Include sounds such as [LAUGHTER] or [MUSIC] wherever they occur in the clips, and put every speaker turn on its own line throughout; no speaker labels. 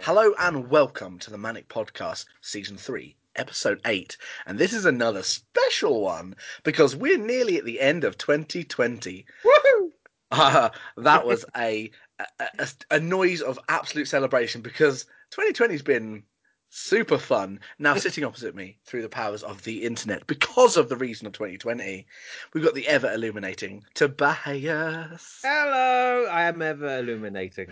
Hello and welcome to the Manic Podcast, Season 3, Episode 8. And this is another special one because we're nearly at the end of 2020.
Woohoo!
[LAUGHS] Uh, that was a, a, a, a noise of absolute celebration because 2020's been super fun. Now, sitting opposite me through the powers of the internet, because of the reason of 2020, we've got the ever illuminating Tobias.
Hello, I am ever illuminating.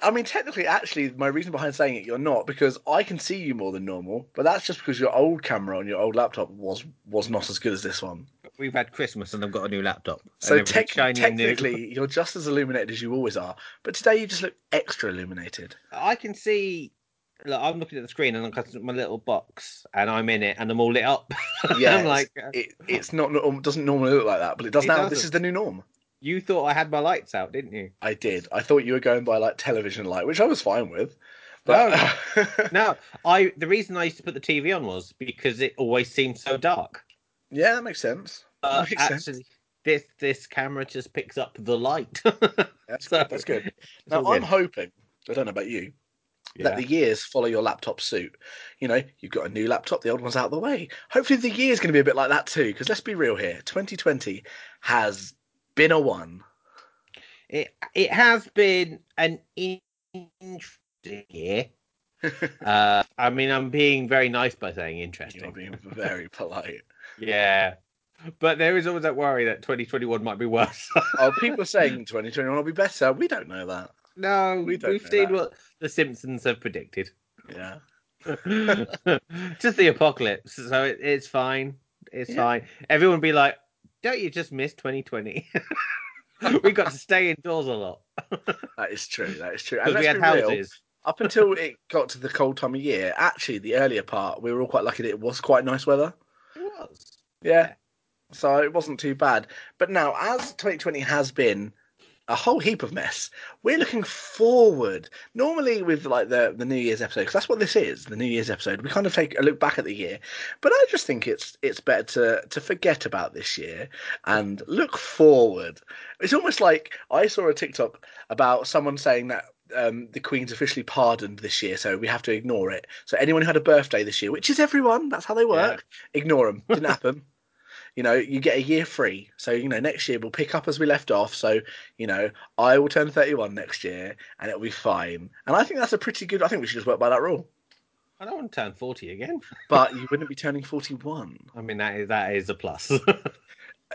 I mean, technically, actually, my reason behind saying it, you're not because I can see you more than normal, but that's just because your old camera on your old laptop was was not as good as this one.
We've had Christmas and I've got a new laptop. and
So
everything's
tec-
shiny and new. [LAUGHS]
technically, you're just as illuminated as you always are, but today you just look extra illuminated.
I can see. Look, I'm looking at the screen and I'm looking at my little box and I'm in it and I'm all lit up. [LAUGHS]
Yeah,
[LAUGHS] I'm like, uh,
It it's not norm- doesn't normally look like that, but it does
It
now. This
doesn't.
is the new norm.
you thought I had my lights out, didn't you?
I did. I thought you were going by like television light, which I was fine with, but
No, I. The reason I used to put the TV on was because it always seemed so dark.
[LAUGHS] yeah, that makes sense.
But
Makes sense.
actually, this this camera just picks up the light. [LAUGHS]
That's
So-
good. That's good.
It's
Now
all
I'm
good.
hoping. I don't know about you.
Yeah.
Let the years follow your laptop suit. You know, you've got a new laptop, the old one's out of the way. Hopefully, the year's going to be a bit like that too, because let's be real here 2020 has been a one.
it it has been an interesting
[LAUGHS]
year. uh, I mean, I'm being very nice by saying
You're [LAUGHS]
interesting.
being very polite.
Yeah, but there is always that worry that 2021 might be worse. [LAUGHS]
Oh, people are saying 2021 will be better. We don't know that.
no,
We
we
don't
have
know
seen
that.
what the Simpsons
[LAUGHS]
have predicted. [LAUGHS]
Yeah.
just the apocalypse, so it, it's fine. It's
Yeah.
fine. Everyone be like, "Don't you just miss 2020? [LAUGHS] we got to stay indoors
[LAUGHS]
a lot
That is true. That is true. And
because
let's
we had
be real,
houses."
up until it got to the cold time of year, actually, the earlier part, we were all quite lucky that it was quite nice weather.
It was.
Yeah. So it wasn't too bad. But now, as 2020 has been a whole heap of mess, we're looking forward. Normally, with like the, the New Year's episode, because that's what this is, the New Year's episode, we kind of take a look back at the year. But I just think it's it's better to, to forget about this year and look forward. It's almost like I saw a TikTok about someone saying that um, the Queen's officially pardoned this year, so we have to ignore it. So anyone who had a birthday this year, which is everyone, that's how they work, ignore them. Didn't happen. You know, you get a year free. So, you know, next year we'll pick up as we left off. So, you know, I will turn 31 next year and it'll be fine. And I think that's a pretty good, I think we should just work by that rule.
I don't want to turn 40 again.
But you wouldn't be turning 41.
I mean, that is, that is a plus.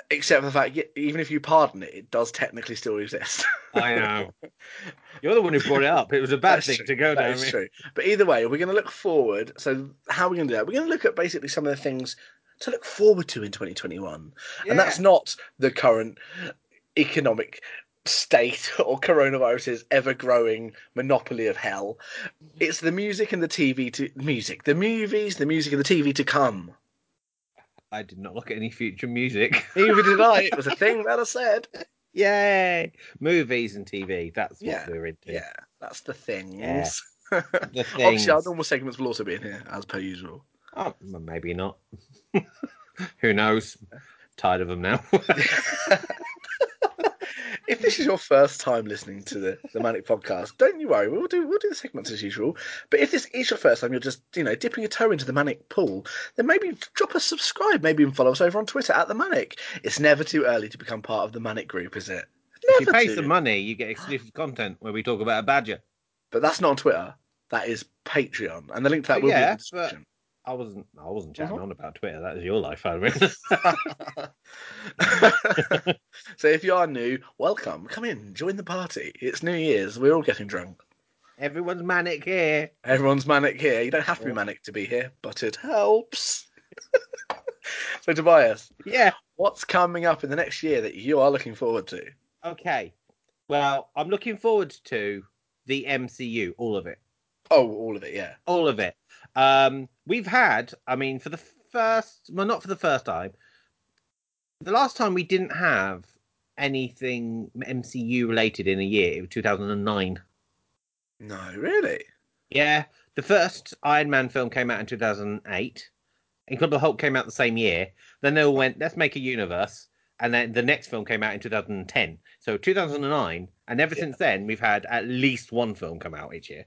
Except for the fact, y- even if you pardon it, it does technically still [LAUGHS] exist.
[LAUGHS] I know. You're the one who brought it up. It was a bad
That's
thing
true.
to go
That
down.
is true. But either way, we're going to look forward. So, how are we going to do that? We're going to look at basically some of the things to look forward to in 2021. And that's not the current economic state [LAUGHS] or coronavirus's ever growing monopoly of hell. It's the music and the TV to music, the movies, the music and the TV to come.
I did not look at any future [LAUGHS] music.
Neither did I. It was a thing that I said.
Yay! Movies and TV. That's what
Yeah.
we're into.
Yeah, that's the things.
Yeah. The things.
Obviously, our normal segments will also be in here, as per usual.
Oh, well, maybe not. [LAUGHS] who knows? Tired of them now. [LAUGHS]
If this is your first time listening to the, the Manic Podcast, don't you worry. We'll do we'll do the segments as usual. But if this is your first time, you're just you know dipping your toe into the Manic pool, then maybe drop a subscribe. Maybe even follow us over on Twitter at the Manic. It's never too early to become part of the Manic group, is it?
if you pay
too.
some money, you get exclusive content where we talk about a badger.
But that's not on Twitter. That is Patreon, and the link to that will be in
Oh, Yeah,
the description.
I wasn't. I wasn't chatting
Mhm.
on about Twitter. That is your life, I [LAUGHS] mean.
[LAUGHS] so if you are new, welcome. Come in, join the party. It's New Year's. We're all getting drunk.
Everyone's manic here.
Everyone's manic here. You don't have to be
Yeah.
manic to be here, but it helps. [LAUGHS] so, Tobias,
Yeah.
what's coming up in the next year that you are looking forward to?
Okay. Well, I'm looking forward to the MCU, all of it,
Oh, all of it, yeah.
all of it. Um, we've had, I mean, for the first, well, not for the first time, the last time we didn't have anything MCU related in a year, it was 2009.
No, really?
Yeah, the first Iron Man film came out in 2008. Incredible Hulk came out the same year. Then they all went, let's make a universe. And then the next film came out in 2010. So 2009. And ever
Yeah.
since then, we've had at least one film come out each year.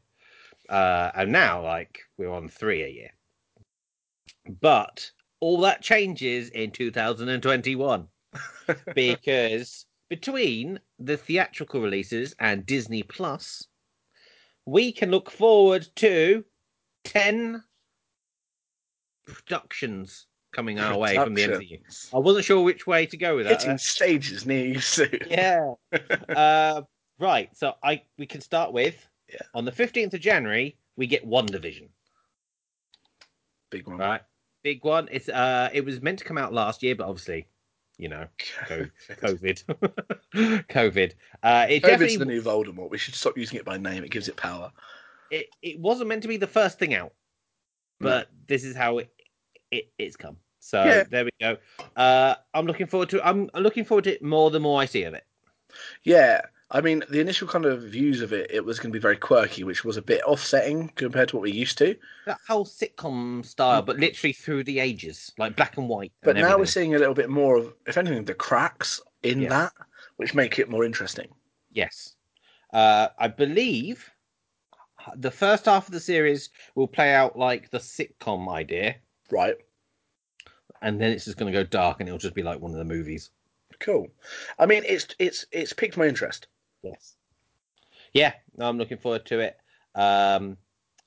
Uh, and now, like, we're on three a year. But all that changes in 2021 because between the theatrical releases and Disney Plus, we can look forward to 10 productions coming our way from the MCU.
Productions.
I wasn't sure which way to go with that.
Hitting stages near you soon. [LAUGHS]
yeah. uh, right. So I we can start with
Yeah.
on the 15th of January, we get One Division.
Big one.
Right. Big one. It's uh it was meant to come out last year, but obviously, you know, co-
[LAUGHS]
COVID. [LAUGHS] COVID. Uh it
COVID's
definitely
the new Voldemort. We should stop using it by name. It gives it power.
it, it wasn't meant to be the first thing out,
No.
but this is how it, it it's come. So
Yeah.
there we go. Uh, I'm looking forward to. I'm looking forward to it more the more I see of it.
Yeah, I mean, the initial kind of views of it, it was going to be very quirky, which was a bit offsetting compared to what we're used to.
That whole sitcom style, but literally through the ages, like black and white.
Mm. But
and
now we're
everything.
seeing a little bit more of, if anything, the cracks in
Yeah.
that, which make it more interesting.
yes, uh, I believe the first half of the series will play out like the sitcom idea,
Right.
and then it's just going to go dark, and it'll just be like one of the movies.
Cool. I mean, it's it's it's piqued my interest.
Yes. Yeah, no, I'm looking forward to it. Um,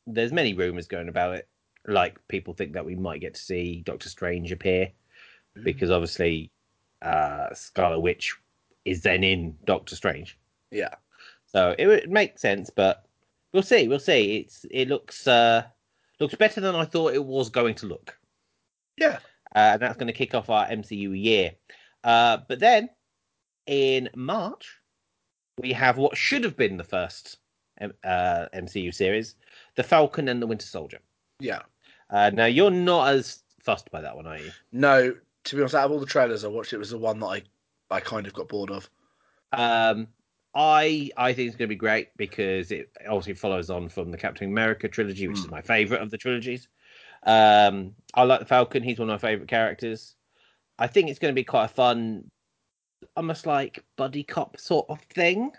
there's many rumors going about it. Like people think that we might get to see Doctor Strange appear because obviously uh, Scarlet Witch is then in Doctor Strange.
Yeah.
So it would make sense, but we'll see. We'll see. It's it looks uh, looks better than I thought it was going to look,
Yeah.
uh, and that's going to kick off our MCU year. Uh, but then in March we have what should have been the first um, uh, MCU series, The Falcon and the Winter Soldier.
Yeah.
Uh, now you're not as fussed by that one, are you?
No, to be honest, out of all the trailers I watched, it was the one that I I kind of got bored of.
Um, I I think it's going to be great because it obviously follows on from the Captain America trilogy, which is
Hmm.
my favorite of the trilogies. Um, I like the Falcon; he's one of my favorite characters. I think it's going to be quite a fun, almost like buddy cop sort of thing.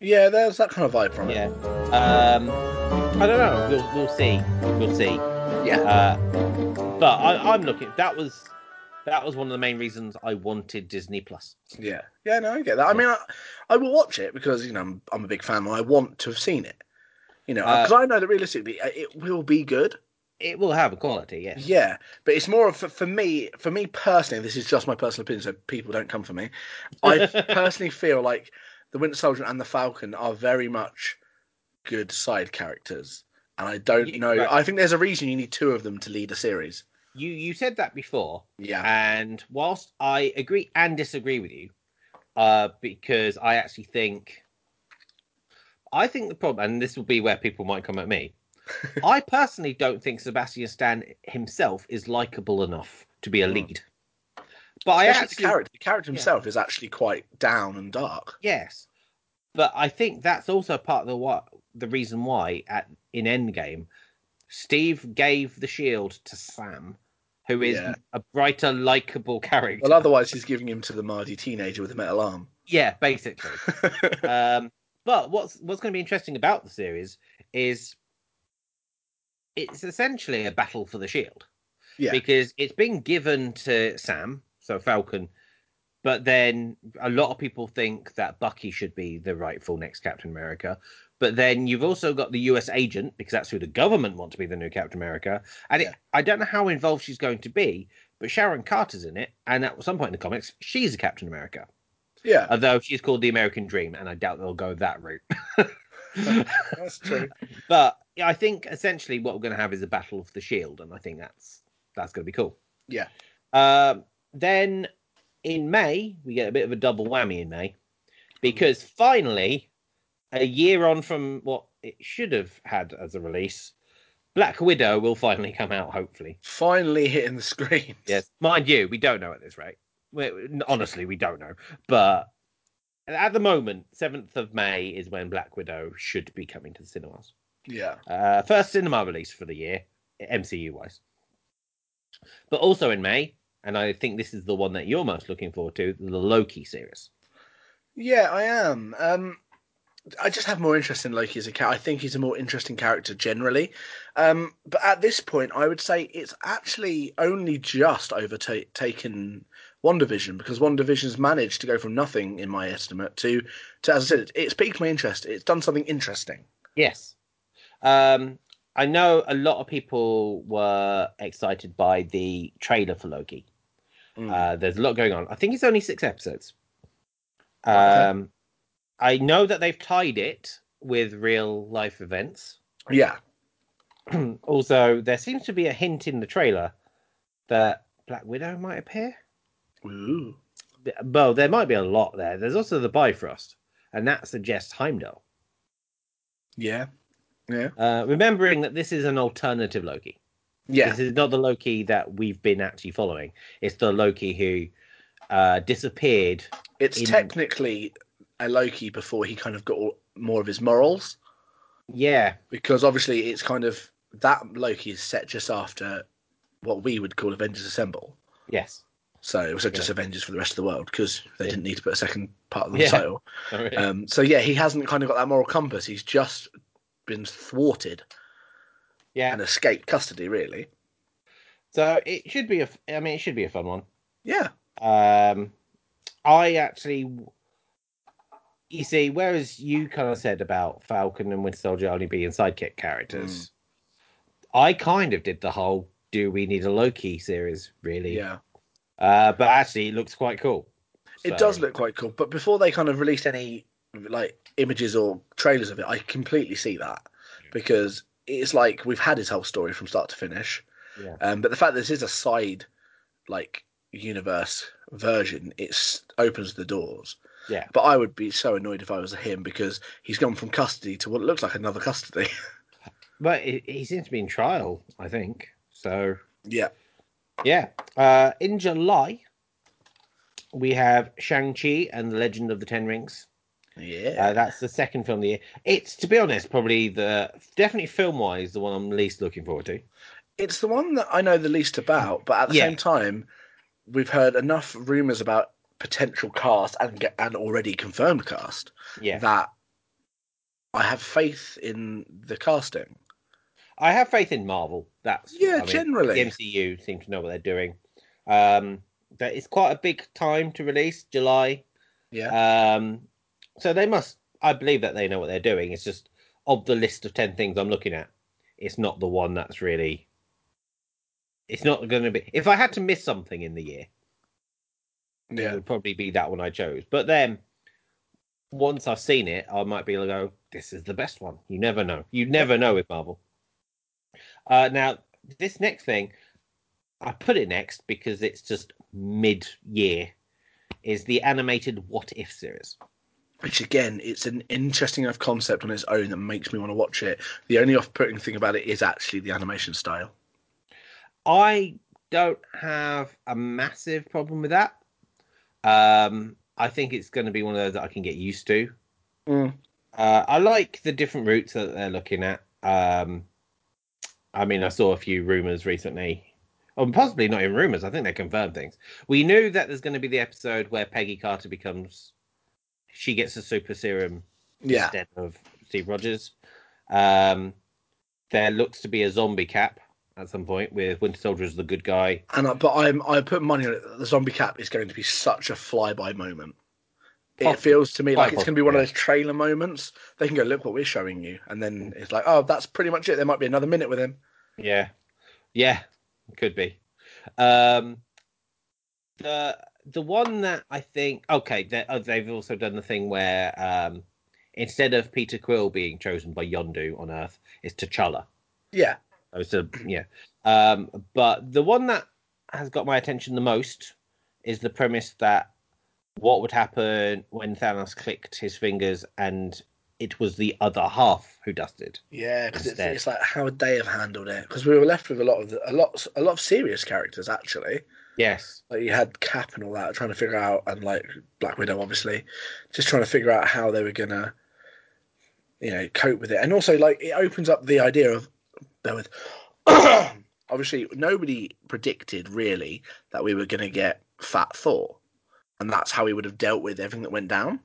Yeah, there's that kind of vibe from
Yeah. Um, I don't know. We'll we'll see. We'll see.
it. Yeah.
Uh, but I, I'm looking. That was that was one of the main reasons I wanted Disney Plus.
Yeah, yeah, no, I get that. I mean, I, I will watch it because you know I'm, I'm a big fan and I want to have seen it. You know,
Uh,
because I know that realistically uh, it will be good.
It will have a quality, yes.
Yeah, but it's more of for, for me. For me personally, this is just my personal opinion, so people don't come for me.
[LAUGHS]
I personally feel like the Winter Soldier and the Falcon are very much good side characters, and I don't
Yeah,
know.
right.
I think there's a reason you need two of them to lead a series.
You you said that before,
Yeah,
and whilst I agree and disagree with you, uh, because I actually think I think the problem, and this will be where people might come at me.
[LAUGHS]
I personally don't think Sebastian Stan himself is likable enough to be a
Mm.
lead. But I
Especially
actually
the character. The character
yeah.
himself is actually quite down and dark.
Yes, but I think that's also part of the what the reason why at in Endgame, Steve gave the shield to Sam, who is
Yeah.
a brighter, likable character.
Well, otherwise he's giving him to the Mardy teenager with a metal arm.
Yeah,
[LAUGHS]
basically. um, but what's what's going to be interesting about the series is it's essentially a battle for the shield
Yeah.
because it's been given to Sam, so Falcon. But then a lot of people think that Bucky should be the rightful next Captain America. But then you've also got the U.S. agent because that's who the government want to be the new Captain America. And it,
Yeah.
I don't know how involved she's going to be, but Sharon Carter's in it, and at some point in the comics, she's a Captain America.
Yeah,
Although she's called the American Dream, and I doubt they'll go that route. [LAUGHS]
that's true.
but yeah, I think essentially what we're going to have is a battle of the shield, and I think that's that's going to be cool.
Yeah.
Um, then in May we get a bit of a double whammy in May because finally, a year on from what it should have had as a release, Black Widow will finally come out. Hopefully,
Finally hitting the screen.
Yes, mind you, we don't know at this rate. We, honestly, we don't know. But at the moment, seventh of May is when Black Widow should be coming to the cinemas.
Yeah.
Uh, first cinema release for the year, MCU wise. But also in May, and I think this is the one that you're most looking forward to, the Loki series.
Yeah, I am. Um, I just have more interest in Loki as a character. I think he's a more interesting character generally. Um, but at this point, I would say it's actually only just overtaken WandaVision because WandaVision's managed to go from nothing, in my estimate, to, to as I said, it, it's piqued my interest. It's done something interesting.
Yes. Um, I know a lot of people were excited by the trailer for Loki.
Mm.
Uh, there's a lot going on. I think it's only six episodes. Um,
Oh, Okay.
I know that they've tied it with real life events. [CLEARS THROAT]
yeah.
also, there seems to be a hint in the trailer that Black Widow might appear.
Ooh.
Well, there might be a lot there. There's also the Bifrost, and that suggests Heimdall.
Yeah. Yeah.
Uh, remembering that this is an alternative Loki.
Yeah.
This is not the Loki that we've been actually following. It's the Loki who uh, disappeared.
It's
in-
technically a Loki before he kind of got all, more of his morals
Yeah,
because obviously it's kind of that Loki is set just after what we would call Avengers Assemble.
yes.
So it was just
Yeah.
Avengers for the rest of the world because they
Yeah.
didn't need to put a second part of the
[LAUGHS] Yeah.
title.
Sorry.
Um, so yeah, he hasn't kind of got that moral compass. He's just been thwarted
yeah.
and escaped custody, really.
So it should be a. f- I mean, it should be a fun one.
Yeah.
Um, I actually, you see, whereas you kind of said about Falcon and Winter Soldier only being sidekick
Mm.
characters, I kind of did the whole "Do we need a Loki?" series really.
Yeah.
Uh, but actually, it looks quite cool.
It
So-
does look quite cool. But before they kind of released any like images or trailers of it, I completely see that because it's like we've had his whole story from start to finish.
Yeah.
Um, but the fact that this is a side like universe version, it opens the doors.
Yeah.
But I would be so annoyed if I was him because he's gone from custody to what looks like another custody. [LAUGHS]
But he, he seems to be in trial, I think. So
yeah.
yeah, uh, in July we have Shang Chi and the Legend of the Ten Rings.
Yeah.
Uh, that's the second film of the year. It's to be honest, probably the definitely film wise the one I'm least looking forward to.
it's the one that I know the least about, but at the
Yeah.
same time, we've heard enough rumors about potential cast and get, and already confirmed cast
Yeah,
that I have faith in the casting.
I have faith in Marvel. That's
Yeah,
I mean,
generally.
the MCU seem to know what they're doing. Um, that is quite a big time to release July.
Yeah.
Um, so they must. I believe that they know what they're doing. It's just of the list of ten things I'm looking at, it's not the one that's really. It's not going to be. If I had to miss something in the year, it
yeah.
would probably be that one I chose. But then, once I've seen it, I might be able to go. This is the best one. You never know. You never know with Marvel. Uh, now this next thing, I put it next because it's just mid-year. Is the animated What If series?
Which again, it's an interesting enough concept on its own that makes me want to watch it. The only off-putting thing about it is actually the animation style.
I don't have a massive problem with that. Um, I think it's going to be one of those that I can get used to. Uh, I like the different routes that they're looking at. Um, I mean, I saw a few rumors recently, or possibly not even rumors. I think they confirmed things. We knew that there's going to be the episode where Peggy Carter becomes, she gets a super serum
Yeah.
instead of Steve Rogers. Um, there looks to be a zombie cap at some point with Winter Soldier as the good guy.
And I, but I'm I put money on it. that The zombie cap is going to be such a flyby moment. It
Possible.
feels to me
Quite
like it's going to be one of
possible,
those trailer moments. They can go, look what we're showing you, and then it's like, oh, that's pretty much it. There might be another minute with him.
Yeah, yeah, could be. Um, the the one that I think okay, they, oh, they've also done the thing where um, instead of Peter Quill being chosen by Yondu on Earth, it's T'Challa.
Yeah,
Oh, so yeah. Um, but the one that has got my attention the most is the premise that what would happen when Thanos clicked his fingers and it was the other half who dusted.
yeah, because it's,
Instead.
it's like how would they have handled it? Because we were left with a lot of the, a lot a lot of serious characters actually.
Yes.
Like you had Cap and all that, trying to figure out, and like Black Widow, obviously, just trying to figure out how they were gonna, you know, cope with it. And also, like, it opens up the idea of there was [COUGHS] obviously nobody predicted really that we were gonna get Fat Thor, and that's how we would have dealt with everything that went down.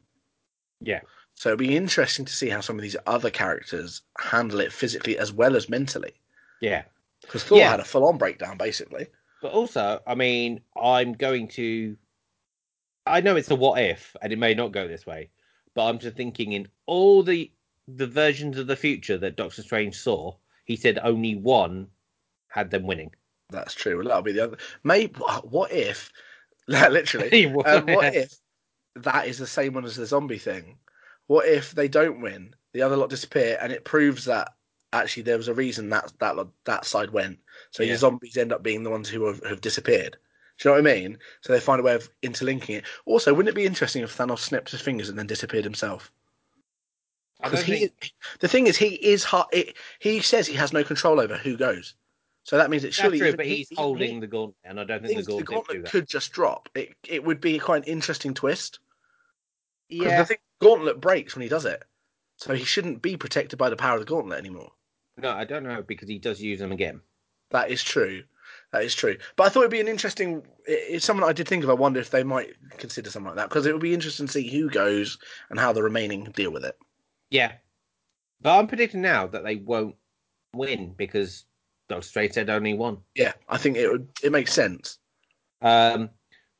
Yeah.
So it'll be interesting to see how some of these other characters handle it physically as well as mentally.
Yeah.
Because Thor
Yeah.
had a full on breakdown, basically.
But also, I mean, I'm going to. I know it's a what if, and it may not go this way, but I'm just thinking in all the the versions of the future that Doctor Strange saw, he said only one had them winning. [LAUGHS]
That's true. Well, that'll be the other. Maybe what if, [LAUGHS] literally,
[LAUGHS] He won.
um, what if that is the same one as the zombie thing? What if they don't win, the other lot disappear, and it proves that actually there was a reason that that lot- that side went. So
Yeah.
your zombies end up being the ones who have, have disappeared. Do you know what I mean? So they find a way of interlinking it. Also, wouldn't it be interesting if Thanos snapped his fingers and then disappeared himself?
I don't
Because he,
think-
the thing is, he is hard, it, he says he has no control over who goes. So that means it
that's
surely.
true,
even
but
he-
he's
even he-
holding the gauntlet, and I don't think
things
the
the
gauntlet,
gauntlet
would do that.
could just drop. It it would be quite an interesting twist because
Yeah,
the thing, gauntlet breaks when he does it, so he shouldn't be protected by the power of the gauntlet anymore.
no, I don't know because he does use them again.
That is true. That is true. But I thought it'd be an interesting. it- It's something I did think of. I wonder if they might consider something like that because it would be interesting to see who goes and how the remaining deal with it.
Yeah, but I'm predicting now that they won't win because Doctor Strange said only one.
Yeah, I think it would. It makes sense.
Um,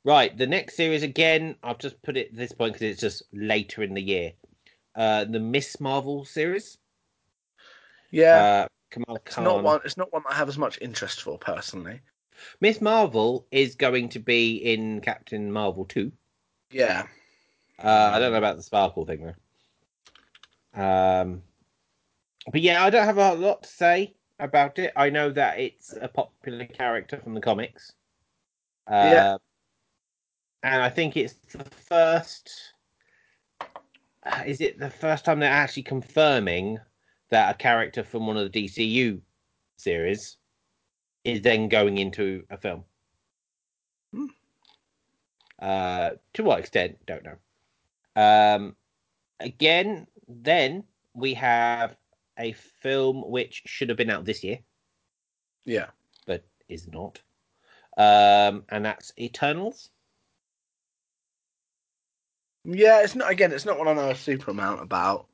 right, the next series again. I'll just put it at this point because it's just later in the year. Uh, the Miss Marvel series.
Yeah,
Uh, Kamal
it's not
Khan.
one. It's not one I have as much interest for personally.
Miss Marvel is going to be in Captain Marvel two.
Yeah,
Uh, I don't know about the sparkle thing though. Um, but yeah, I don't have a lot to say about it. I know that it's a popular character from the comics. Uh,
Yeah.
And I think it's the first. uh, Is it the first time they're actually confirming that a character from one of the DCU series is then going into a film?
Hmm.
Uh, to what extent? Don't know. Um, again, then we have a film which should have been out this year,
yeah.
but is not. Um, and that's Eternals.
Yeah, it's not again. It's not one I know a super amount about.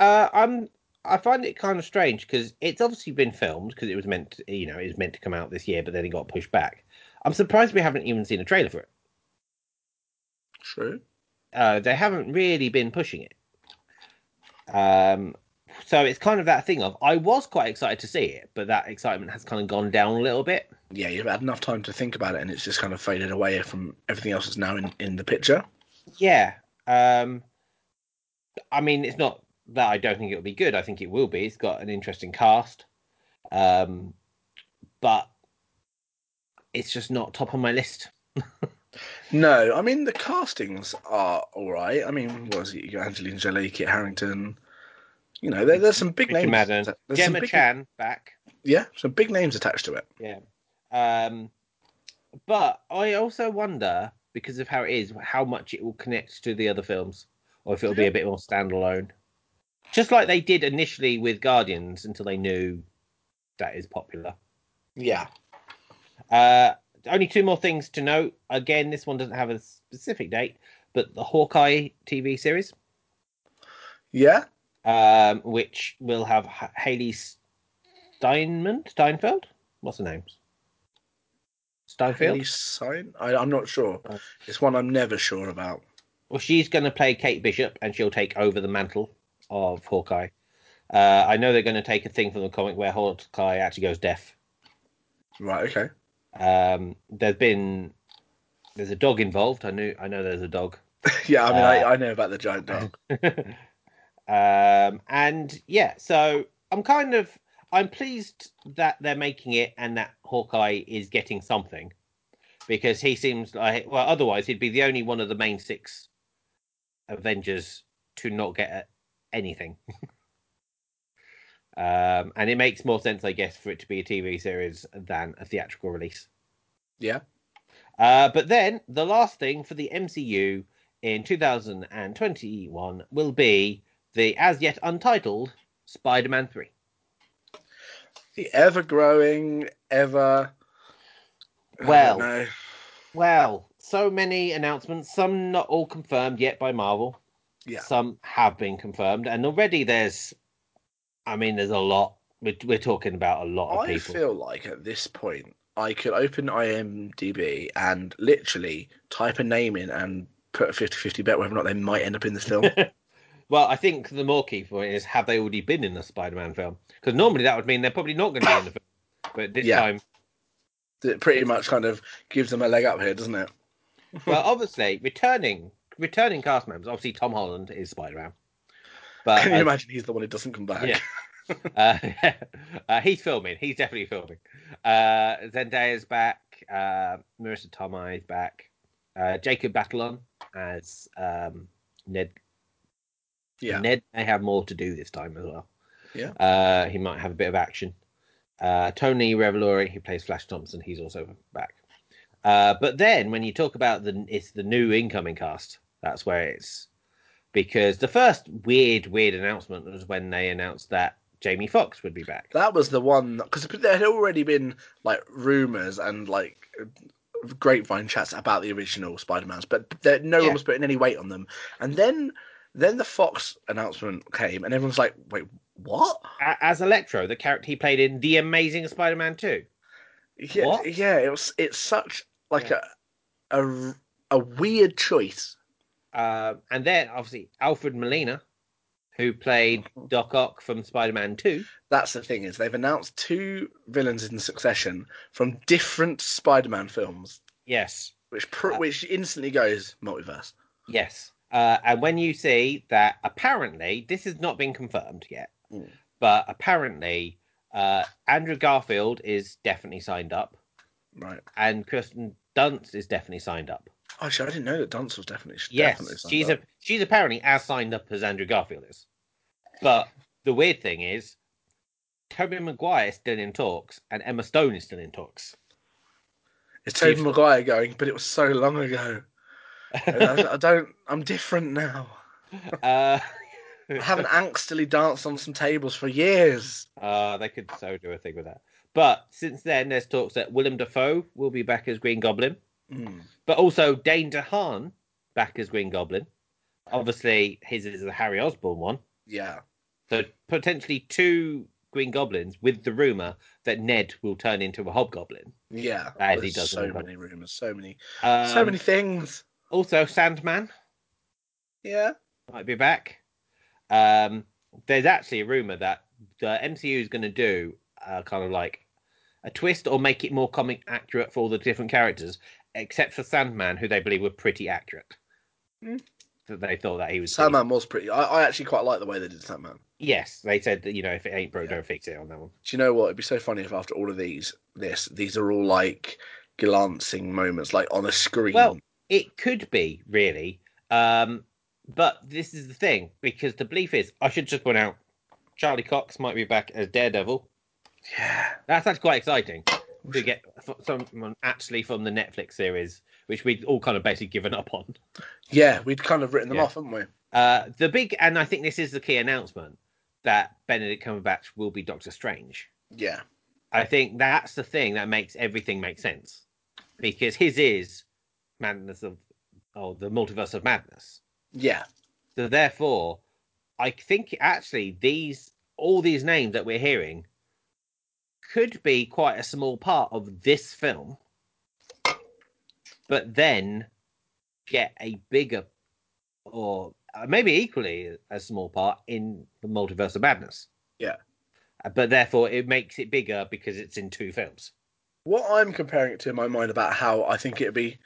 Uh, I'm I find it kind of strange because it's obviously been filmed because it was meant to, you know it was meant to come out this year, but then it got pushed back. I'm surprised we haven't even seen a trailer for it.
True.
Uh, they haven't really been pushing it. Um, so it's kind of that thing of I was quite excited to see it, but that excitement has kind of gone down a little bit.
Yeah, you've had enough time to think about it, and it's just kind of faded away from everything else that's now in, in the picture.
Yeah. Um I mean it's not that I don't think it'll be good. I think it will be. It's got an interesting cast. Um but it's just not top of my list.
No, I mean the castings are all right. I mean, what is it? You got Angelina Jolie, Kit Harrington. You know, there, there's some big
Richard
names.
Madden,
There's some
Gemma
big,
Chan back.
yeah, some big names attached to it.
Yeah. Um but I also wonder because of how it is how much it will connect to the other films or if it'll be a bit more standalone. Just like they did initially with Guardians until they knew that is popular.
Yeah.
Uh, only two more things to note. Again, this one doesn't have a specific date, but the Hawkeye TV series,
Yeah.
um, which will have H- Haley Steinman, Steinfeld. What's her name? Steinfeld.
Any sign? I, I'm not sure.
Oh.
It's one I'm never sure about.
Well, she's going to play Kate Bishop, and she'll take over the mantle of Hawkeye. Uh, I know they're going to take a thing from the comic where Hawkeye actually goes deaf.
Right. Okay. [LAUGHS]
Um, there's been there's a dog involved. I knew I know there's a dog.
yeah. I mean,
Uh, uh-huh.
I, I know about the giant dog.
um, and yeah, so I'm kind of I'm pleased that they're making it and that Hawkeye is getting something because he seems like well, otherwise he'd be the only one of the main six Avengers to not get a- anything. [LAUGHS] um, and it makes more sense, I guess, for it to be a TV series than a theatrical release.
Yeah.
Uh, but then the last thing for the MCU in 2021 will be the as yet untitled Spider Man 3.
The ever growing, ever. I don't
Well.
know.
Well, so many announcements, some not all confirmed yet by Marvel.
Yeah.
Some have been confirmed, and already there's, I mean, there's a lot. We're, we're talking about a lot of
I
people.
feel like at this point I could open IMDb and literally type a name in and put a 50-50 bet whether or not they might end up in this
[LAUGHS]
film.
Well, I think the more key point is have they already been in a Spider-Man film? Because normally that would mean they're probably not going to be in the film, but this
Yeah.
time,
it pretty much kind of gives them a leg up here, doesn't it?
well, obviously returning returning cast members. Obviously, Tom Holland is Spider-Man,
[LAUGHS]
but
Can you
uh,
imagine he's the one who doesn't come back?
Yeah. uh, [LAUGHS] uh, he's filming. He's definitely filming. Uh, Zendaya's back. Uh, Marissa Tomei is back. Uh, Jacob Batalon as um, Ned.
[LAUGHS] Yeah.
Ned may have more to do this time as well.
Yeah.
Uh, he might have a bit of action. Uh, Tony Revolori, who plays Flash Thompson, he's also back. Uh, but then when you talk about the it's the new incoming cast, that's where it's because the first weird weird announcement was when they announced that Jamie Foxx would be back.
That was the one because there had already been like rumors and like grapevine chats about the original Spider-Mans, but there, no
Yeah.
one was putting any weight on them. And then, then the Fox announcement came, and everyone's like, "Wait, what?"
A- As Electro, the character he played in The Amazing Spider-Man 2.
Yeah,
What?
yeah. It was. It's such like a, a a weird choice.
Uh, and then obviously Alfred Molina, who played
Mhm.
Doc Ock from Spider-Man 2.
That's the thing is they've announced two villains in succession from different Spider-Man films,
Yes.
which pr-
Uh,
which instantly goes multiverse.
Yes. Uh, and when you see that, apparently, this has not been confirmed yet,
Mm.
but apparently, uh, Andrew Garfield is definitely signed up,
Right.
and Kristen Dunst is definitely signed up.
Actually, I didn't know that Dunce was definitely.
Yes,
definitely signed
she's
up.
a, she's apparently as signed up as Andrew Garfield is. But the weird thing is, Tobey Maguire is still in talks, and Emma Stone is still in
[LAUGHS]
talks.
It's Tobey
Steve-
Maguire going, but it was so long
[LAUGHS]
ago. I, I- I don't. I'm different now.
Uh, [LAUGHS]
I haven't angstily danced on some tables for years.
Uh, they could so do a thing with that. But since then, there's talks that Willem Dafoe will be back as Green Goblin,
Mm.
but also Dane DeHaan back as Green Goblin. Obviously, his is the Harry Osborn one.
Yeah.
So potentially two Green Goblins with the rumor that Ned will turn into a Hobgoblin.
Yeah.
As he
There's
does in
so
the
many rumors. So many.
Um,
so many things.
Also, Sandman
Yeah.
might be back. Um, there's actually a rumor that the MCU is going to do uh, kind of like a twist or make it more comic accurate for all the different characters, except for Sandman, who they believe were pretty accurate.
Hmm.
That they thought that he was. pretty-
Sandman was pretty. I, I actually quite like the way they did Sandman.
Yes, they said that you know if it ain't broke,
Yeah.
don't fix it on that one.
Do you know what? It'd be so funny if after all of these, this, these are all like glancing moments, like on a screen.
Well, It could be really, um, but this is the thing because the belief is I should just point out Charlie Cox might be back as Daredevil.
yeah.
That's that's quite exciting. to get f- someone actually from the Netflix series, which we'd all kind of basically given up on.
Yeah, we'd kind of written them
Yeah.
off, haven't we?
Uh, the big, and I think this is the key announcement that Benedict Cumberbatch will be Doctor Strange.
Yeah.
I think that's the thing that makes everything make sense because his is Madness of, or the Multiverse of Madness.
Yeah.
So therefore, I think actually these all these names that we're hearing could be quite a small part of this film, but then get a bigger or uh, maybe equally a small part in the multiverse of madness.
Yeah.
Uh, But therefore, it makes it bigger because it's in two films.
what I'm comparing it to in my mind about how I think it'd be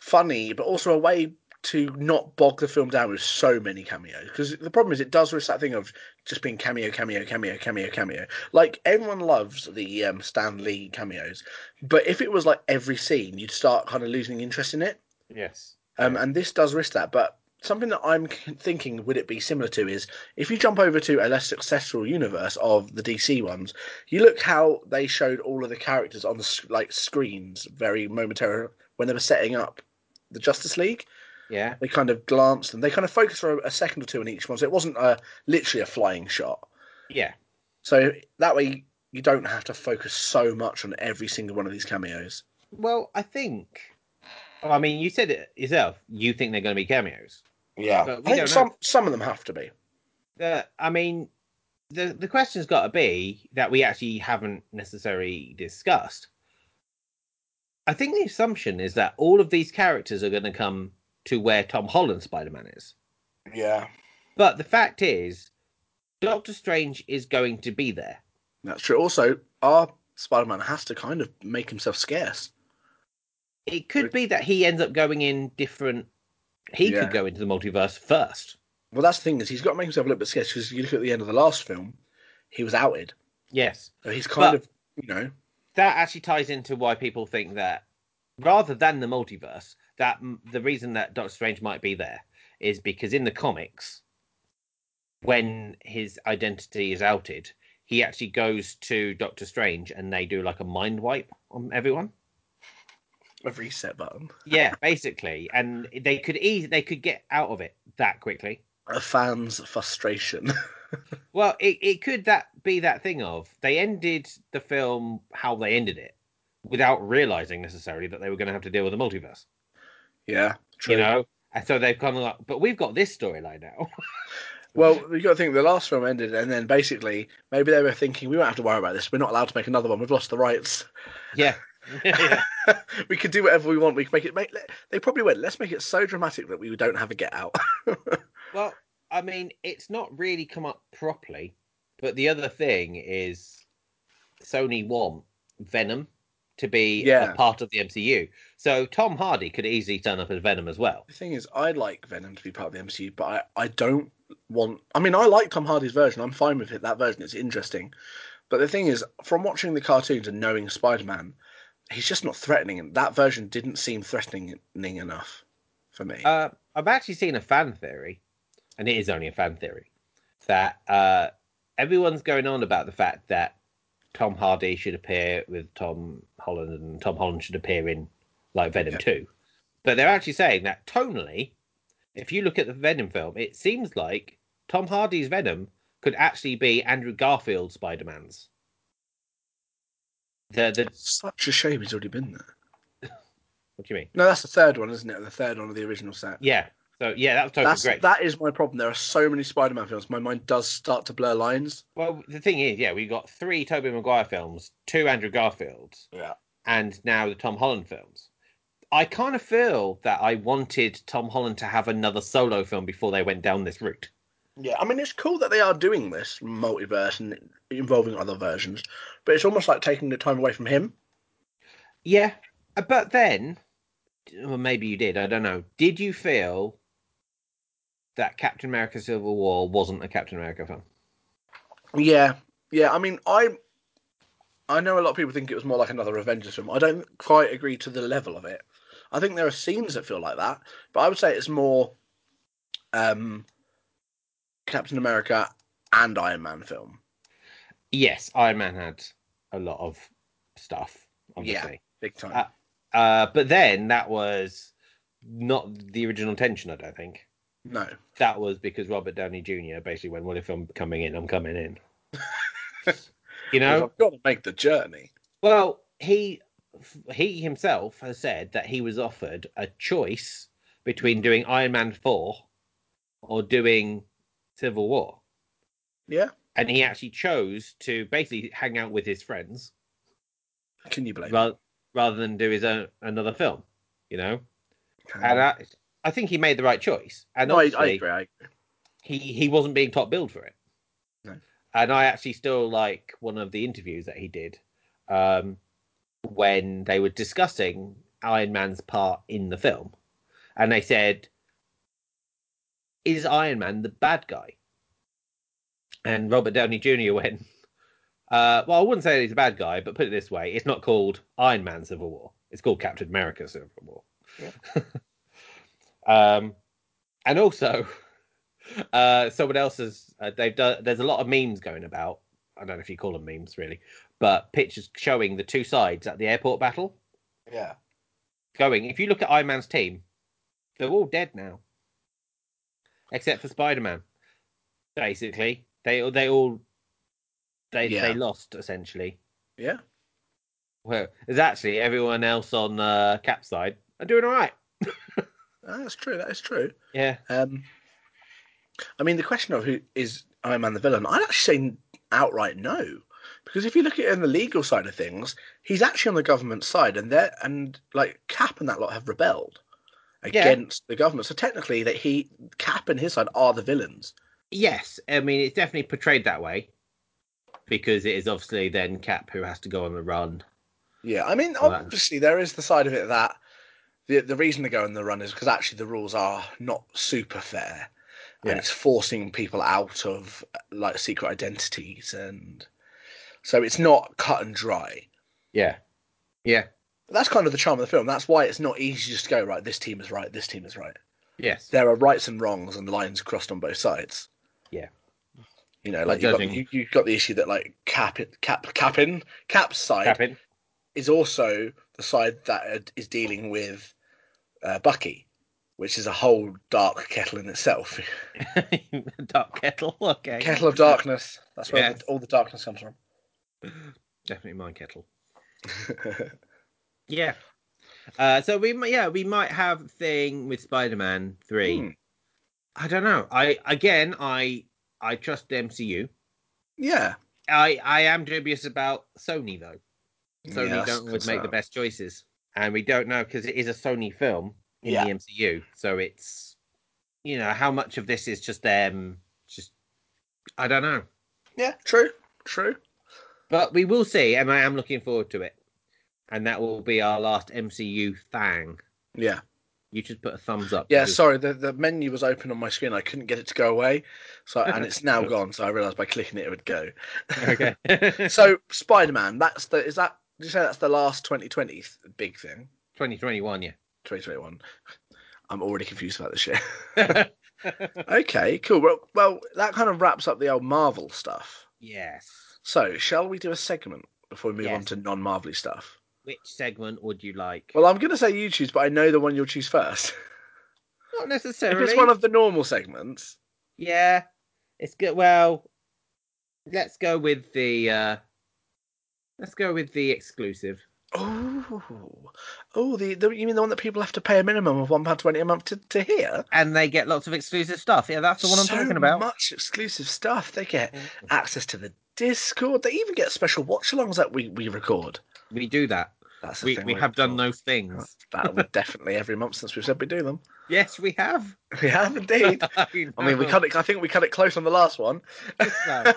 funny, but also a way to not bog the film down with so many cameos. Because the problem is, it does risk that thing of just being cameo, cameo, cameo, cameo, cameo. Like everyone loves the um, Stan Lee cameos, but if it was like every scene, you'd start kind of losing interest in it.
Yes.
Um, and this does risk that, but. Something that I'm c- thinking would it be similar to is if you jump over to a less successful universe of the DC ones, you look how they showed all of the characters on the s- like screens very momentarily when they were setting up the Justice League.
Yeah.
They kind of glanced and they kind of focused for a, a second or two on each one, so it wasn't a, literally a flying shot.
Yeah.
So that way you don't have to focus so much on every single one of these cameos.
Well, I think. I mean, you said it yourself. You think they're going to be cameos.
Yeah,
But
I
we
think
don't
some
have-
some of them have to be.
The, I mean, the the question's got to be that we actually haven't necessarily discussed. I think the assumption is that all of these characters are going to come to where Tom Holland Spider Man is.
Yeah,
But the fact is, Doctor Strange is going to be there.
that's true. Also, our Spider-Man has to kind of make himself scarce.
It could be that he ends up going in different. He
Yeah.
could go into the multiverse first.
Well, that's the thing is he's got to make himself a little bit scarce because you look at the end of the last film, he was outed,
Yes.
so he's kind
But-
of you know
That actually ties into why people think that rather than the multiverse, that m- the reason that Doctor Strange might be there is because in the comics, when his identity is outed, he actually goes to Doctor Strange and they do like a mind wipe on everyone.
a reset button.
yeah basically and they could ease they could get out of it that quickly
A fan's frustration. [LAUGHS]
well it, it could that be that thing of they ended the film how they ended it without realizing necessarily that they were going to have to deal with the multiverse
yeah, true.
you know and so they've kind of like but we've got this storyline now [LAUGHS]
Well, you got to think the last film ended, and then basically maybe they were thinking we won't have to worry about this. We're not allowed to make another one. We've lost the rights. [LAUGHS]
yeah [LAUGHS]
we can do whatever we want. We can make it. Make, let- they probably went. Let's make it so dramatic that we don't have a get out.
well i mean it's not really come up properly but the other thing is sony want venom to be
Yeah.
a part of the mcu so tom hardy could easily turn up as venom as well
the thing is, I like Venom to be part of the MCU, but I, I don't want. I mean, I like Tom Hardy's version. I'm fine with it. That version it's interesting. But the thing is, from watching the cartoons and knowing Spider Man, he's just not threatening. And that version didn't seem threatening enough for me.
Uh, I've actually seen a fan theory, and it is only a fan theory, that uh, everyone's going on about the fact that Tom Hardy should appear with Tom Holland, and Tom Holland should appear in like Venom
Yeah.
Two, but they're actually saying that tonally, if you look at the Venom film, it seems like Tom Hardy's Venom could actually be Andrew Garfield's Spider Man's. The the
Such a shame he's already been there.
what do you mean?
No, that's the third one, isn't it? The third one of the original set.
Yeah. So yeah, that was totally
That's
great.
that is my problem. There are so many Spider-Man films. My mind does start to blur lines.
Well, the thing is, yeah, we got three Tobey Maguire films, two Andrew Garfields,
Yeah.
and now the Tom Holland films. I kind of feel that I wanted Tom Holland to have another solo film before they went down this route.
Yeah, I mean it's cool that they are doing this multiverse and involving other versions, but it's almost like taking the time away from him.
Yeah, uh, but then, well, maybe you did. I don't know. Did you feel that Captain America: Civil War wasn't a Captain America film?
Yeah, yeah. I mean, I I know a lot of people think it was more like another Avengers film. I don't quite agree to the level of it. I think there are scenes that feel like that, but I would say it's more um, Captain America and Iron Man film.
Yes, Iron Man had a lot of stuff, obviously.
Big time.
Uh, Uh, but then that was not the original intention, I don't think.
no.
That was because Robert Downey Jr. basically went, Well, if I'm coming in, I'm coming in. you know?
I've got to make the journey.
Well, he he himself has said that he was offered a choice between doing Iron Man 4 or doing Civil War.
Yeah.
And he actually chose to basically hang out with his friends
Can you blame? me?
rather, rather than do his own another film, you know?
Can
and
you?
I, I think he made the right choice. And
No, I, I
obviously,
agree. I,
he he wasn't being top billed for it.
No.
And I actually still like one of the interviews that he did um, when they were discussing Iron Man's part in the film, and they said, "Is Iron Man the bad guy?" And Robert Downey Jr. [LAUGHS] went. Uh, well, I wouldn't say he's a bad guy, but put it this way: it's not called Iron Man Civil War; it's called Captain America Civil War. [LAUGHS] um, and also, uh, someone else has uh, they've done. There's a lot of memes going about. I don't know if you call them memes really, but pictures showing the two sides at the airport battle
yeah.
going. If you look at Iron Man's team, they're all dead now, except for Spider Man. Basically, they they all they
Yeah.
they lost essentially.
Yeah.
Well, there's actually everyone else on uh, Cap side are doing all right.
That's true. That is true.
Yeah.
Um, I mean, the question of who is Iron Man the villain, I'd actually say outright no, because if you look at it on the legal side of things, he's actually on the government side, and they and like Cap and that lot have rebelled against the government. So technically, that he Cap and his side are the villains.
Yes, I mean it's definitely portrayed that way because it is obviously then Cap who has to go on the run.
Yeah, I mean,
Well, that-
obviously there is the side of it that the the reason they go on the run is because actually the rules are not super fair,
Yeah.
and it's forcing people out of like secret identities, and so it's not cut and dry.
Yeah. Yeah.
But that's kind of the charm of the film. That's why it's not easy just to go right. This team is right. This team is right.
Yes.
There are rights and wrongs, and lines crossed on both sides.
Yeah.
You know,
Not
like you've got,
judging.
you, you've got the issue that like cap cap capin cap's side
Captain.
is also the side that is dealing with uh, Bucky, which is a whole dark kettle in
[LAUGHS]
itself.
Dark kettle. Okay.
kettle of darkness. That's where
Yeah.
the, all the darkness comes
[LAUGHS]
from.
Definitely mine kettle. Yeah. Uh, so we mi- yeah we might have thing with Spider-Man three.
Hmm.
I don't know. I again I I trust the MCU.
yeah.
I I am dubious about Sony though. Sony
Yeah, that's
don't always make the
concern.
best choices, and we don't know because it is a Sony film in
Yeah.
the MCU. So it's you know how much of this is just um just I don't know,
Yeah, true, true.
but we will see, and I am looking forward to it, and that will be our last MCU thang.
Yeah,
You just put a thumbs up. [LAUGHS]
yeah.
because-
Sorry, the, the menu was open on my screen. I couldn't get it to go away, so and it's now gone. So I realised by clicking it, it would go. [LAUGHS]
okay.
So Spider Man. That's the is that. Did you say that's the last 2020 th- big thing?
2021, yeah.
2021. I'm already confused about this shit. [LAUGHS] Okay, cool. Well, well, that kind of wraps up the old Marvel stuff.
yes.
So, shall we do a segment before we move on
Yes.
to non-Marvel stuff?
Which segment would you like?
Well, I'm going to say you choose, but I know the one you'll choose
[LAUGHS]
first.
not
if
necessarily.
it's one of the normal segments,
Yeah, it's good. Well, let's go with the uh let's go with the exclusive.
oh, oh, the, the you mean the one that people have to pay a minimum of one pound twenty a month to, to hear?
And they get lots of exclusive stuff. Yeah, that's the one I'm
so
talking about.
Much exclusive stuff. They get access to the Discord. They even get special watch-alongs that we we record.
We do that.
That's the
We
thing
we have done
record. [LAUGHS]
those things.
That
[LAUGHS]
would definitely every month since we've said we do them.
Yes, we have. [LAUGHS]
We have indeed. I mean, we
Uh-huh.
cut it. I think we cut it close on the last one. [LAUGHS]
it.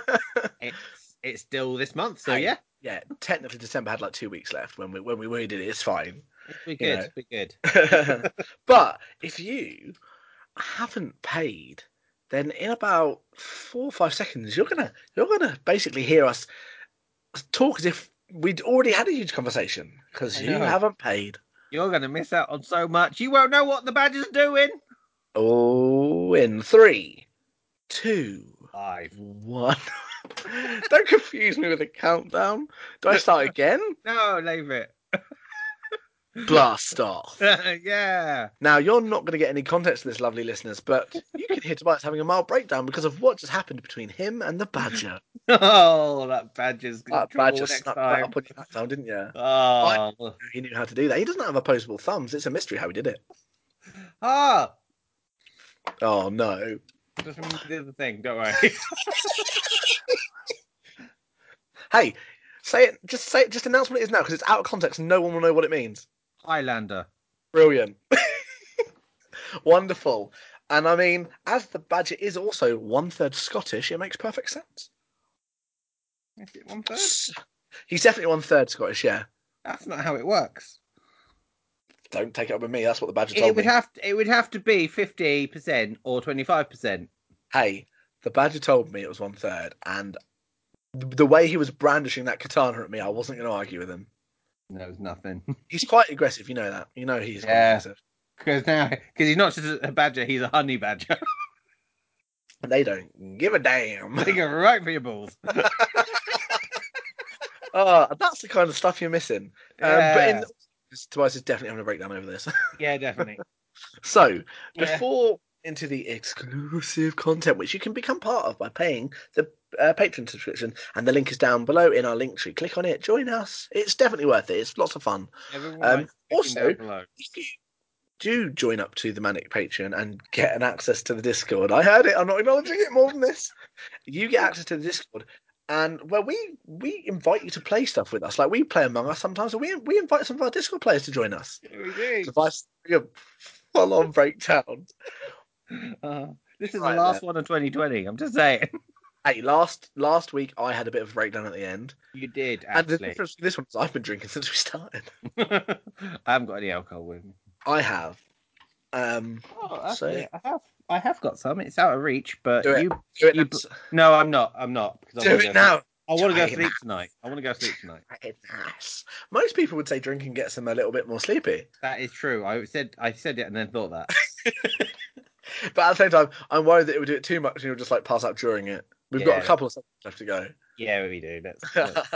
It's it's still this month, so
Hey.
yeah,
Yeah, technically December had like two weeks left when we when we, when we did it. It's
[LAUGHS]
fine. [LAUGHS]
we're
You
good.
know.
We're good.
but if you haven't paid, then in about four or five seconds, you're gonna you're gonna basically hear us talk as if we'd already had a huge conversation because
I
you
know.
haven't paid.
You're gonna miss out on so much. You won't know what the badge is doing.
Oh, in three, two,
Five.
one. [LAUGHS] Don't confuse me with a countdown. Do I start again?
No, leave it. [LAUGHS]
Blast off.
yeah.
Now, you're not going to get any context to this, lovely listeners, but you can hear Tobias having a mild breakdown because of what just happened between him and the
[LAUGHS]
Badger.
Oh, that badge is
That
trouble
Uh, Badger
next
snuck right
time.
up on your background, didn't you?
Oh,
He knew how to do that. He doesn't have opposable thumbs. It's a mystery how he did it.
ah,
Oh, no.
just remember the other thing. Don't worry. [LAUGHS]
Hey, say it. Just say it. Just announce what it is now because it's out of context and no one will know what it means.
Highlander.
Brilliant. [LAUGHS] Wonderful. And I mean, as the Badger is also one third Scottish, it makes perfect sense.
Is it one third?
He's definitely one third Scottish, yeah.
That's not how it works.
Don't take it up with me. That's what the Badger
It
told me.
would have to, it would have to be fifty percent or twenty five percent.
hey, the badger told me it was one third, and th- the way he was brandishing that katana at me, I wasn't going to argue with him.
No, it's nothing. [LAUGHS]
He's quite aggressive, you know that. You know he's quite
Yeah.
aggressive.
Because now, because he's not just a badger, he's a honey badger.
And they don't give a damn. [LAUGHS]
they go right for your balls.
Um, Ah, that's the kind of stuff you're missing. Um, but
yeah.
in, Tobias is definitely having a breakdown over this.
[LAUGHS]
[LAUGHS]
yeah, definitely.
so
Yeah.
before into the exclusive content, which you can become part of by paying the uh, Patreon subscription, and the link is down below in our link tree. Click on it, join us. It's definitely worth it. It's lots of fun.
Everyone
Um,
likes clicking
also-
down below.
if you do join up to the Manic Patreon and get an access to the Discord. I heard it. I'm not acknowledging it more than this. You get access to the Discord, and well, we we invite you to play stuff with us. Like we play Among Us sometimes, and we we invite some of our Discord players to join us.
We
Device full on breakdown.
do. [LAUGHS] Uh, this is
Right
the last
there.
one of 2020. I'm just saying.
Hey, last last week I had a bit of a breakdown at the end,
You [LAUGHS] did
and the
actually.
difference with this one is I've been drinking since we started.
[LAUGHS] I haven't got any alcohol with me.
I have. Um,
Oh,
So-
actually, I have. I have got some. It's out of reach, but
Do it.
you.
do it,
You
now.
bu- No, I'm not. I'm not. because I
do
wanna
it
go
now.
sleep- I want to
Try
go sleep
that.
tonight. I want to go sleep tonight.
Nice. Most people would say drinking gets them a little bit more sleepy.
That is true. I said. I said it and then
[LAUGHS]
thought that.
But at the same time, I'm worried that it would do it too much and you'll just like pass out during it. We've got
Yeah.
a couple of seconds left to go.
yeah, we do.
[LAUGHS]
Let's, let's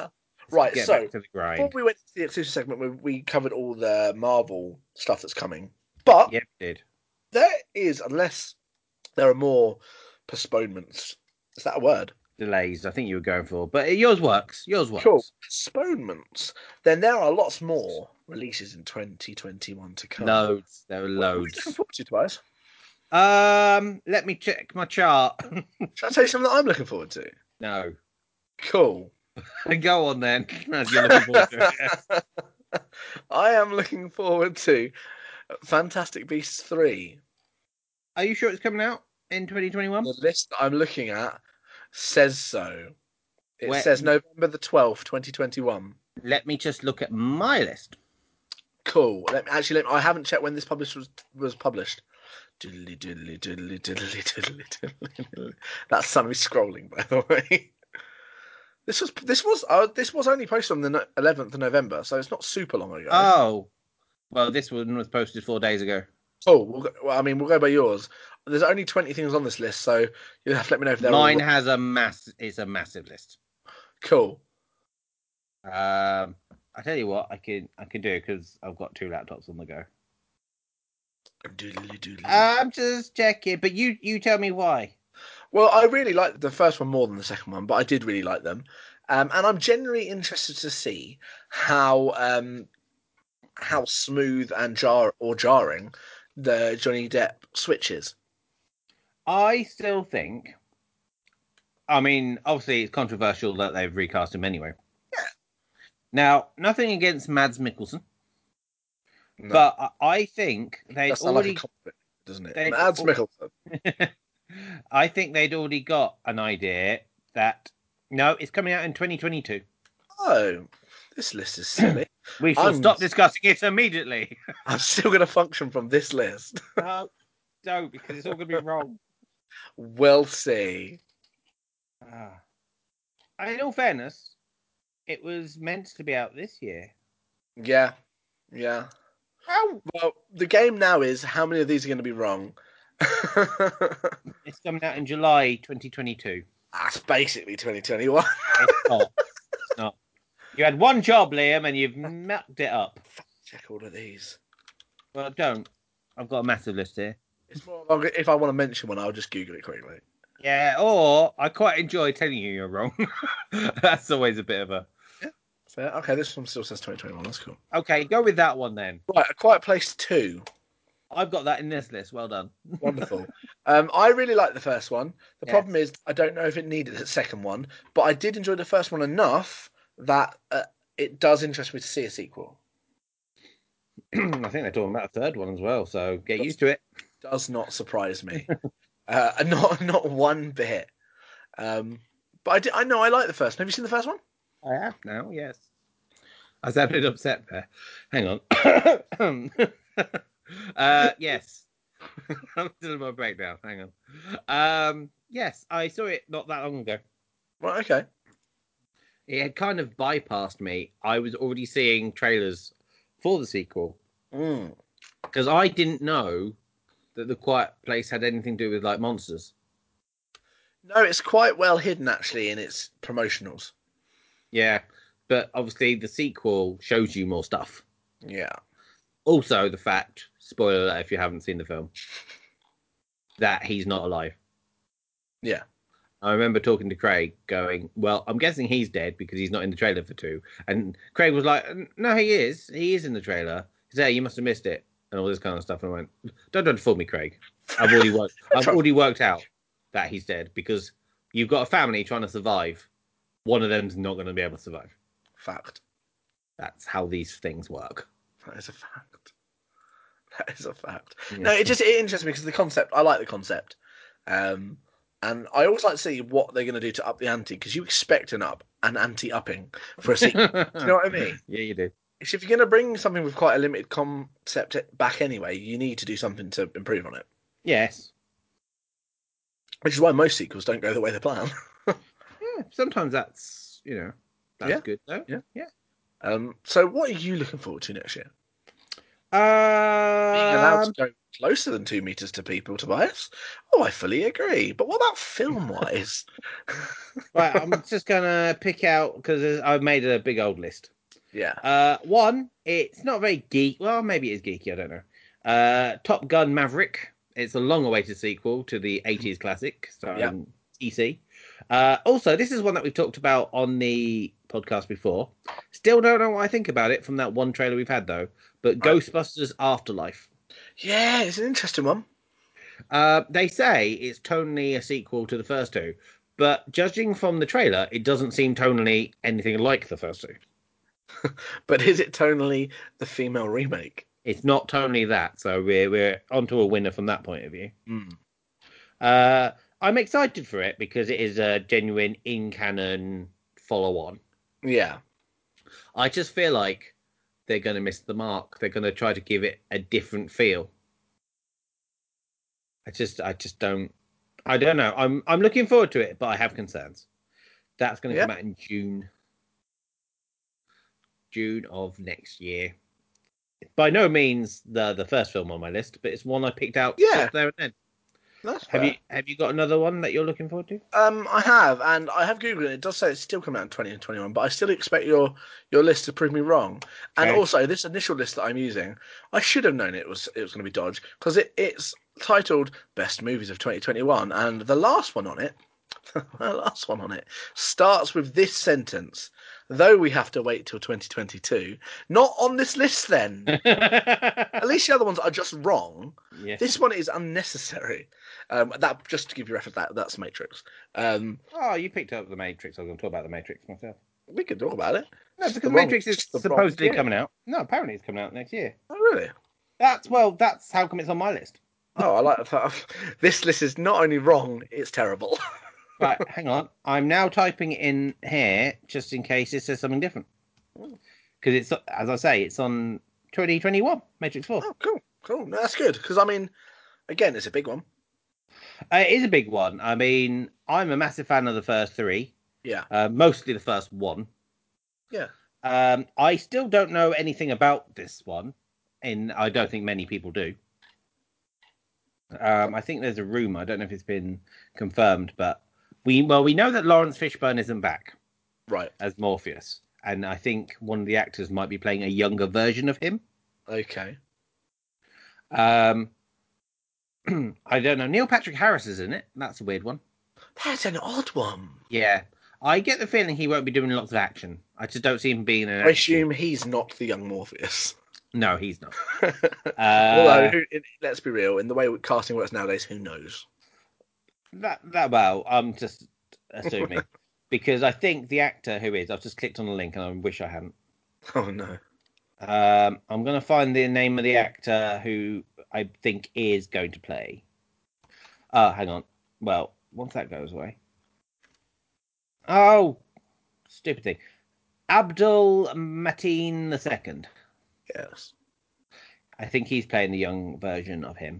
right,
get
so
back to the
before
grind.
we went to the exclusive segment, we, we covered all the Marvel stuff that's coming. But
Yeah, we did.
there is, unless there are more postponements. Is that a word?
Delays. I think you were going for, but yours works. Yours works.
Cool. Postponements. Then there are lots more releases in 2021 to come.
Loads. There are
What are we looking
loads.
forward to, Tobias?
Um, let me check my chart. [LAUGHS]
Should I tell you something that I'm looking forward to?
no. [LAUGHS]
Cool.
Go on then. [LAUGHS] As you're looking forward to
[LAUGHS]
it.
I am looking forward to Fantastic Beasts 3.
Are you sure it's coming out in 2021?
The list that I'm looking at says so. It
Where-
says November the 12th, 2021.
Let me just look at my list.
Cool. Let me, actually, let me, I haven't checked when this published was, was published. Diddly, diddly, diddly, diddly, diddly, diddly, diddly. That's Sammy scrolling, by the way. This was this was uh, this was only posted on the eleventh of November, so it's not super long ago.
Oh, well, this one was posted four days ago.
Oh, we'll go, well, I mean, we'll go by yours. There's only 20 things on this list, so you'll have to let me know if they're all
Mine
right.
has a mass. It's a massive list.
cool.
Um, I tell you what, I can I can do because I've got two laptops on the go.
Doodly doodly.
I'm just checking, but you you tell me why.
well, I really liked the first one more than the second one, but I did really like them. Um, and I'm generally interested to see how um, how smooth and jar or jarring the Johnny Depp switch is.
I still think. I mean, obviously, it's controversial that they've recast him anyway.
Yeah.
Now, nothing against Mads Mikkelsen,
No,
but I- I think they'd
that's not
already
like a compliment, doesn't it?
they-
Mads
oh.
Mikkelsen.
I think they'd already got an idea that no, it's coming out in 2022.
Oh, this list is
[COUGHS]
silly.
We shall
I'm-
stop discussing it immediately. [LAUGHS]
I'm still going to function from this list.
no, don't because it's all going to be wrong.
We'll see.
Ah. And in all fairness, it was meant to be out this year.
Yeah, yeah.
How?
Well, the game now is how many of these are going to be wrong. [LAUGHS]
It's coming out in July 2022.
That's basically 2021.
It's not. it's not. You had one job, Liam, and you've mucked it up.
Check all of these.
Well, don't. I've got a massive list here.
It's more of a- if I want to mention one, I'll just Google it quickly.
Yeah, or I quite enjoy telling you you're wrong. [LAUGHS] That's always a bit of a.
So, okay, this one still says 2021. That's cool.
Okay, go with that one then.
Right, A Quiet Place 2.
I've got that in this list. Well done.
[LAUGHS]
[CLEARS THROAT]
Wonderful. um, I really like the first one. The
Yeah.
problem is, I don't know if it needed a second one, but I did enjoy the first one enough that uh, it does interest me to see a sequel.
I think they're talking about a third one as well, so get used to it.
does not surprise [LAUGHS] me, uh, and not not one bit. Um, but I, di- I know I like the first. one. Have you seen the first one?
I have now, yes. I was a bit upset there. Hang on. [COUGHS] uh, yes. [LAUGHS] I'm still in my breakdown. Hang on. Um, yes, I saw it not that long ago.
Right. Okay.
It had kind of bypassed me. I was already seeing trailers for the sequel
Mm.
because I didn't know that The Quiet Place had anything to do with like monsters.
No, it's quite well hidden actually in its promotionals.
Yeah, but obviously the sequel shows you more stuff.
Yeah.
Also, the fact spoiler alert if you haven't seen the film that he's not alive.
Yeah.
I remember talking to Craig, going, "Well, I'm guessing he's dead because he's not in the trailer for two. And Craig was like, "No, he is. He is in the trailer. He's there. You must have missed it." and all this kind of stuff. And I went, don't try to fool me, Craig. I've
[LAUGHS]
already worked. I've already worked out that he's dead because you've got a family trying to survive. One of them's not going to be able to survive.
Fact.
That's how these things work.
That is a fact. That is a fact. No, it just it interests me because the concept. I like the concept, um, and I always like to see what they're going to do to up the ante because you expect an up, an anti upping for a
[LAUGHS]
sequel. do you know what I mean?
Yeah, you do.
So if you're going to bring something with quite a limited concept e, back anyway, you need to do something to improve on it.
Yes.
Which is why most sequels don't go the way they plan. [LAUGHS]
Yeah. Sometimes that's you know that's
Yeah.
good though.
Yeah.
Yeah.
Um, so what are you looking forward to next year? Being allowed
Um,
to go closer than two meters to people, Tobias. Oh, I fully agree. But what about film-wise?
right, I'm [LAUGHS] just gonna pick out because I've made a big old list.
yeah.
Uh, one, it's not very geek. Well, maybe it is geeky. I don't know. Uh, Top Gun Maverick. It's a long-awaited sequel to the '80s classic starring EC. Uh, also, this is one that we've talked about on the podcast before. Still don't know what I think about it from that one trailer we've had though. But
Right.
Ghostbusters Afterlife.
Yeah, it's an interesting one.
Uh, they say it's tonally a sequel to the first two, but judging from the trailer, it doesn't seem tonally anything like the first two.
But is it tonally the female remake?
It's not tonally that, so we're we're onto a winner from that point of view.
Mm.
Uh, I'm excited for it because it is a genuine in canon follow on.
Yeah.
I just feel like they're going to miss the mark. They're going to try to give it a different feel. I just, I just don't, I don't know. I'm, I'm looking forward to it, but I have concerns. That's going to come out in June, June of next year. By no means the the first film on my list, but it's one I picked out
Yeah.
just there and then.
That's
Have
fair.
you have you got another one that you're looking forward to?
[LAUGHS] Um, I have, and I have googled it. It does say it's still coming out in 2021, but I still expect your your list to prove me wrong. And
Okay.
also, this initial list that I'm using, I should have known it was it was going to be Dodge because it, it's titled Best Movies of 2021, and the last one on it, [LAUGHS] the last one on it starts with this sentence. Though we have to wait till 2022, not on this list. Then at least the other ones are just wrong.
yeah.
This one is unnecessary. Um, that just to give you reference, that that's Matrix. Um,
Oh, you picked up the Matrix. I was going to talk about the Matrix myself.
We could talk about it.
No,
It's
because
the
the
wrong-
Matrix is
it's the wrong
supposedly
year.
coming out. No, apparently it's coming out next year.
Oh, really?
That's well, that's how come it's on my list.
Oh, I like the fact [LAUGHS] this list is not only wrong, it's terrible. [LAUGHS]
Right, hang on. I'm now typing in here just in case it says something different. Because it's as I say, it's on 2021 Matrix 4.
Oh, cool, cool. No, that's good because I mean, again, it's a big one.
Uh, it is a big one. I mean, I'm a massive fan of the first three.
Yeah.
Uh, mostly the first one.
Yeah.
Um, I still don't know anything about this one, and I don't think many people do. Um, I think there's a rumor. I don't know if it's been confirmed, but we well we know that Lawrence Fishburne isn't back
Right.
as Morpheus, and I think one of the actors might be playing a younger version of him.
Okay.
Um, [CLEARS THROAT] I don't know. Neil Patrick Harris is in it. That's a weird one.
That's an odd one.
Yeah, I get the feeling he won't be doing lots of action. I just don't see him being an.
I assume he's not the young
[LAUGHS]
Morpheus.
No, he's
[LAUGHS]
not.
Although,
Uh,
who, in- let's be real, in the way casting works nowadays, who knows? [LAUGHS]
That that well, I'm just
[LAUGHS]
assuming because I think the actor who is, I've just clicked on the link and I wish I hadn't.
Oh no.
Um, I'm going to find the name of the actor who I think is going to play. Oh, hang on. Well, once that goes away. Oh, stupid thing. Abdul Mateen the second.
Yes.
I think he's playing the young version of him.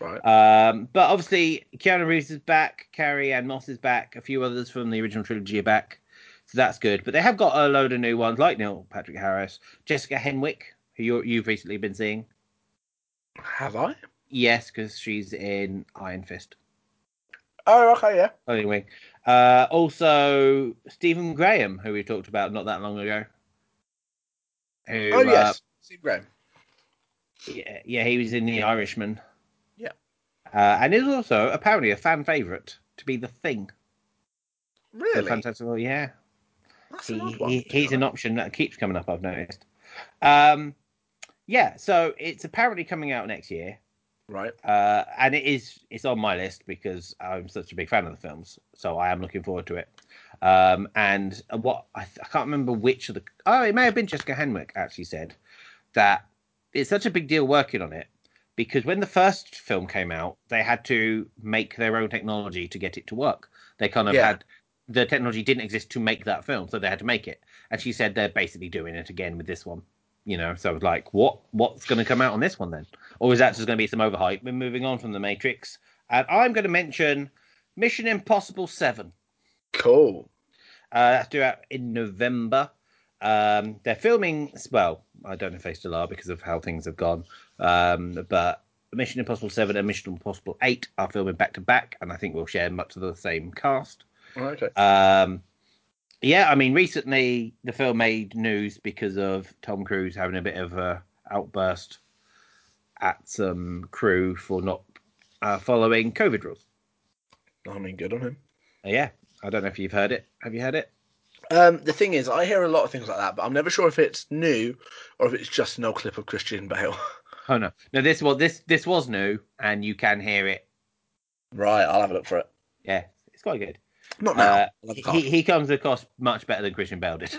Right.
Um, but obviously, Keanu Reeves is back, Carrie Ann Moss is back, a few others from the original trilogy are back, so that's good. But they have got a load of new ones, like Neil Patrick Harris, Jessica Henwick, who you're, you've recently been seeing. Uh,
Have I?
Yes, because she's in Iron Fist.
Oh, okay, yeah.
Anyway, uh, also Stephen Graham, who we talked about not that long ago. Who,
Oh
uh,
yes. Steve Graham.
yeah, yeah, he was in The Irishman.
Yeah.
Uh, and is also apparently a fan favorite to be the Thing. The
Really?
Fantastic Four, yeah.
That's an
he,
odd one.
he- he's an option that keeps coming up. I've noticed. Um, yeah, so it's apparently coming out next year,
right?
uh, and it is it's on my list because I'm such a big fan of the films, so I am looking forward to it. Um, and what I, I can't remember which of the oh it may have been Jessica Henwick actually said that it's such a big deal working on it because when the first film came out, they had to make their own technology to get it to work. They kind of
Yeah.
had the technology didn't exist to make that film, so they had to make it. And she said they're basically doing it again with this one. You know, so I was like, what what's going to come out on this one then? Or is that just going to be some overhype? We're moving on from the Matrix, and I'm going to mention Mission Impossible Seven.
Cool.
Uh, that's due out in November. Um, they're filming. Well, I don't know if they still are because of how things have gone. Um, but Mission Impossible Seven and Mission Impossible Eight are filming back to back, and I think we'll share much of the same cast.
Okay.
Um, yeah, I mean, recently the film made news because of Tom Cruise having a bit of a outburst at some crew for not uh, following COVID rules. Uh,
I mean, good on him.
Yeah, I don't know if you've heard it. Have you heard it?
Um, the thing is, I hear a lot of things like that, but I'm never sure if it's new or if it's just an old clip of Christian Bale.
Oh no, no. This was this this was new, and you can hear it.
[LAUGHS] right, I'll have a look for it.
Yeah, it's quite good.
Not now.
Uh,
I'll have a
he
card.
he comes across much better than Christian Bale did. [LAUGHS]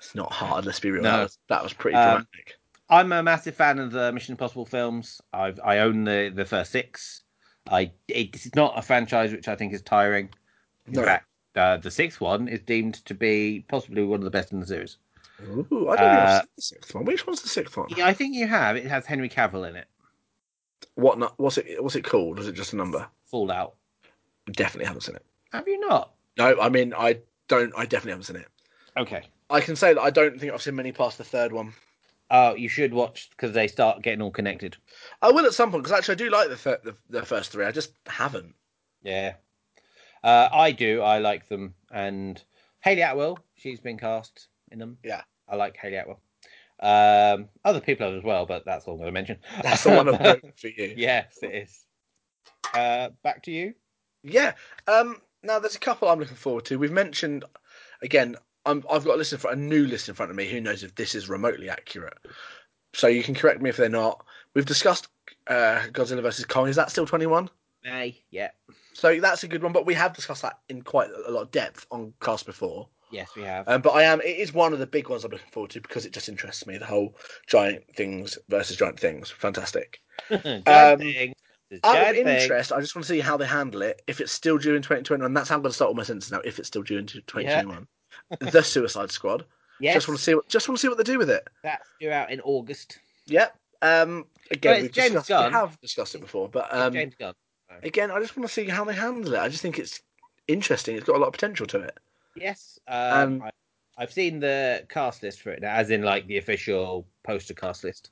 it's not hard. Let's be real.
No.
That, was, that was pretty
Um,
dramatic.
I'm a massive fan of the Mission Impossible films. I've I own the the first six. I it's not a franchise which I think is tiring. In
No.
fact, uh, the sixth one is deemed to be possibly one of the best in the series.
Ooh, I don't know.
uh,
I've seen the sixth one. Which one's the sixth one?
Yeah, I think you have. It has Henry Cavill in it.
What? nu- What's it? What's it called? Was it just a number?
Fallout.
Definitely haven't seen it.
Have you not?
No, I mean, I don't. I definitely haven't seen it.
Okay.
I can say that I don't think I've seen many past the third one.
Oh, you should watch because they start getting all connected.
I will at some point because actually I do like the, thir- the the first three. I just haven't.
Yeah. Uh, I do. I like them. And Haley Atwell, she's been cast in them.
Yeah.
I like Haley Atwell. Um, other people as well, but that's all I'm going to mention.
That's the
[LAUGHS]
one I've known for you.
yes, it is. Uh, back to you.
Yeah. Um, now there's a couple I'm looking forward to. We've mentioned again. I'm, I've got a list in front, a new list in front of me. Who knows if this is remotely accurate? So you can correct me if they're not. We've discussed uh, Godzilla versus Kong. Is that still 21?
May. Yeah.
So that's a good one, but we have discussed that in quite a lot of depth on cast before.
Yes, we have.
Um, but I am. It is one of the big ones I'm looking forward to because it just interests me. The whole giant things versus giant things. Fantastic.
[LAUGHS] Giant
um,
thing. This
Out
giant
of
thing.
interest, I just want to see how they handle it. If it's still due in 2021, that's how I'm going to start all my sentences now. If it's still due in 2021, the Suicide Squad.
[LAUGHS] Yes,
Just want to see. What, just want to see what they do with it.
that's due out in August.
Yep. Um. Again,
it's
we've
James
discussed,
Gunn.
we have discussed it before, but um,
James Gunn.
again, I just want to see how they handle it. I just think it's interesting. It's got a lot of potential to it.
Yes. Um,
um,
I, I've seen the cast list for it now, as in like the official poster cast list.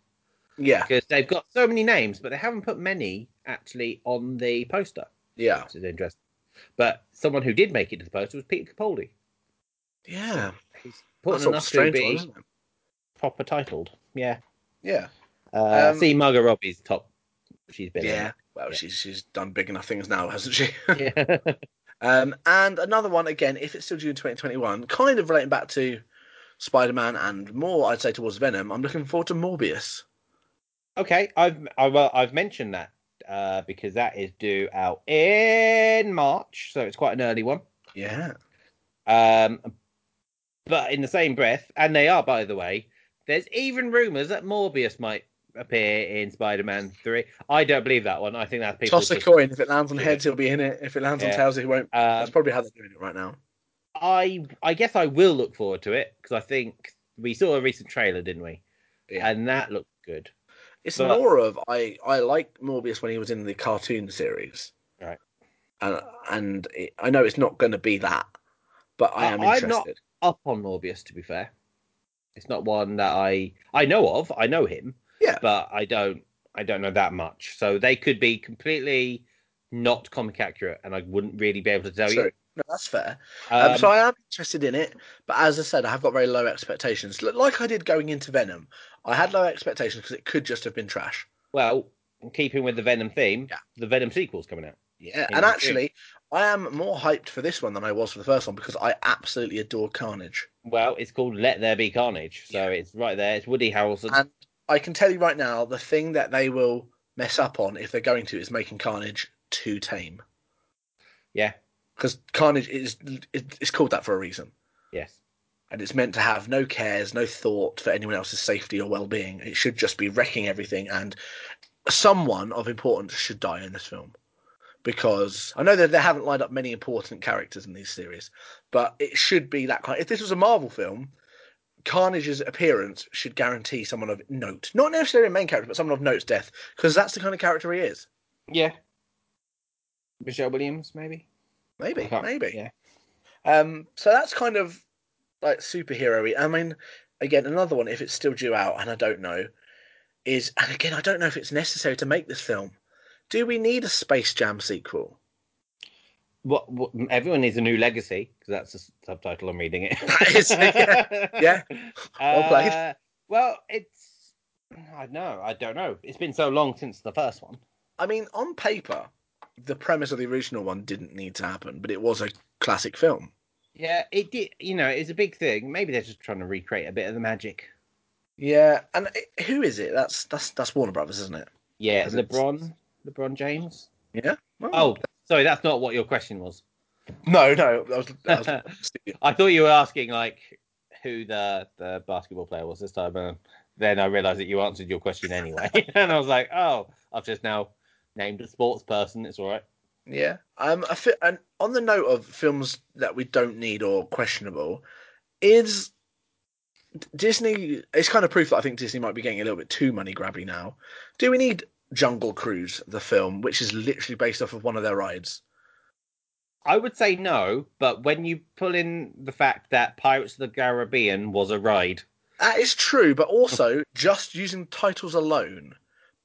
Yeah.
because they've got so many names, but they haven't put many actually on the poster,
Yeah.
which is interesting. But someone who did make it to the poster was Peter Capaldi.
Yeah.
He's
That's sort
important
of
enough to
strange.
be
One, isn't it?
proper titled. Yeah.
Yeah.
Uh,
Um,
see, Margot Robbie's top. She's been.
Yeah.
in
Well,
Yeah.
she's she's done big enough things now, hasn't she? [LAUGHS]
it. [LAUGHS] Yeah.
Um, and another one again, if it's still due in 2021, kind of relating back to Spider-Man and more, I'd say towards Venom. I'm looking forward to Morbius.
okay, I've I, well, I've mentioned that uh, because that is due out in March, so it's quite an early one.
Yeah.
Um, but in the same breath, and they are, by the way, there's even rumours that Morbius might appear in Spider-Man Three. I don't believe that one. I think that's people.
Toss a
just-
coin. If it lands on
Yeah.
heads, he'll be in it. If it lands
Yeah.
on tails, he won't.
Um,
That's probably how they're doing it right now.
I I guess I will look forward to it because I think we saw a recent trailer, didn't we?
Yeah.
And that looked good.
It's
but-
more of I I like Morbius when he was in the cartoon series.
Right.
And and it, I know it's not going to be that, but I
Uh,
am
I'm
interested.
not- Up on Morbius, to be fair, it's not one that I I know of. I know him.
Yeah.
But I don't I don't know that much. So they could be completely not comic accurate, and I wouldn't really be able to tell you.
True. No, that's fair.
Um,
Um, so I am interested in it, but as I said, I have got very low expectations. L- Like I did going into Venom, I had low expectations because it could just have been trash.
Well, in keeping with the Venom theme,
Yeah.
the Venom sequel's coming out.
Yeah,
Yeah,
and
me
actually, I am more hyped for this one than I was for the first one because I absolutely adore Carnage.
Well, it's called Let There Be Carnage, so it's right there. It's Woody Harrelson.
And I can tell you right now, the thing that they will mess up on if they're going to is making Carnage too tame.
Yeah.
Because Carnage is it- it's called that for a reason,
Yes.
and it's meant to have no cares, no thought for anyone else's safety or well-being. It should just be wrecking everything, and someone of importance should die in this film. Because I know that they haven't lined up many important characters in these series, but it should be that kind. If this was a Marvel film, Carnage's appearance should guarantee someone of note, not necessarily a main character, but someone of note's death, because that's the kind of character he is.
Yeah. Michelle Williams, maybe. I
Maybe,
can't-
maybe.
Yeah.
Um, so that's kind of like superhero I mean, again, another one, if it's still due out, and I don't know, is, and again, I don't know if it's necessary to make this film. Do we need a Space Jam sequel? [LAUGHS]
What, what? Everyone needs a new legacy because that's the s- subtitle I'm reading it. [LAUGHS]
That is, [LAUGHS] yeah, Well played.
Uh, well, it's. I know. I don't know. It's been so long since the first one.
I mean, on paper, the premise of the original one didn't need to happen, but it was a classic film.
Yeah, it did. You know, it's a big thing. Maybe they're just trying to recreate a bit of the magic.
Yeah, and it, who is it? That's that's that's Warner Brothers, isn't it?
Yeah,
'Cause it's-
LeBron. LeBron James.
Well,
Oh, sorry, that's not what your question was.
no, no, that was, that was
I thought you were asking like who the the basketball player was this time, and then I realised that you answered your question anyway, [LAUGHS] and I was like, oh, I've just now named a sports person. It's all right.
Yeah. Um. I fi- and on the note of films that we don't need or questionable, is D- Disney? It's kind of proof that I think Disney might be getting a little bit too money grabby now. Do we need Jungle Cruise, the film, which is literally based off of one of their rides?
I would say no, but when you pull in the fact that Pirates of the Caribbean was a ride,
That is true, but also just using titles alone,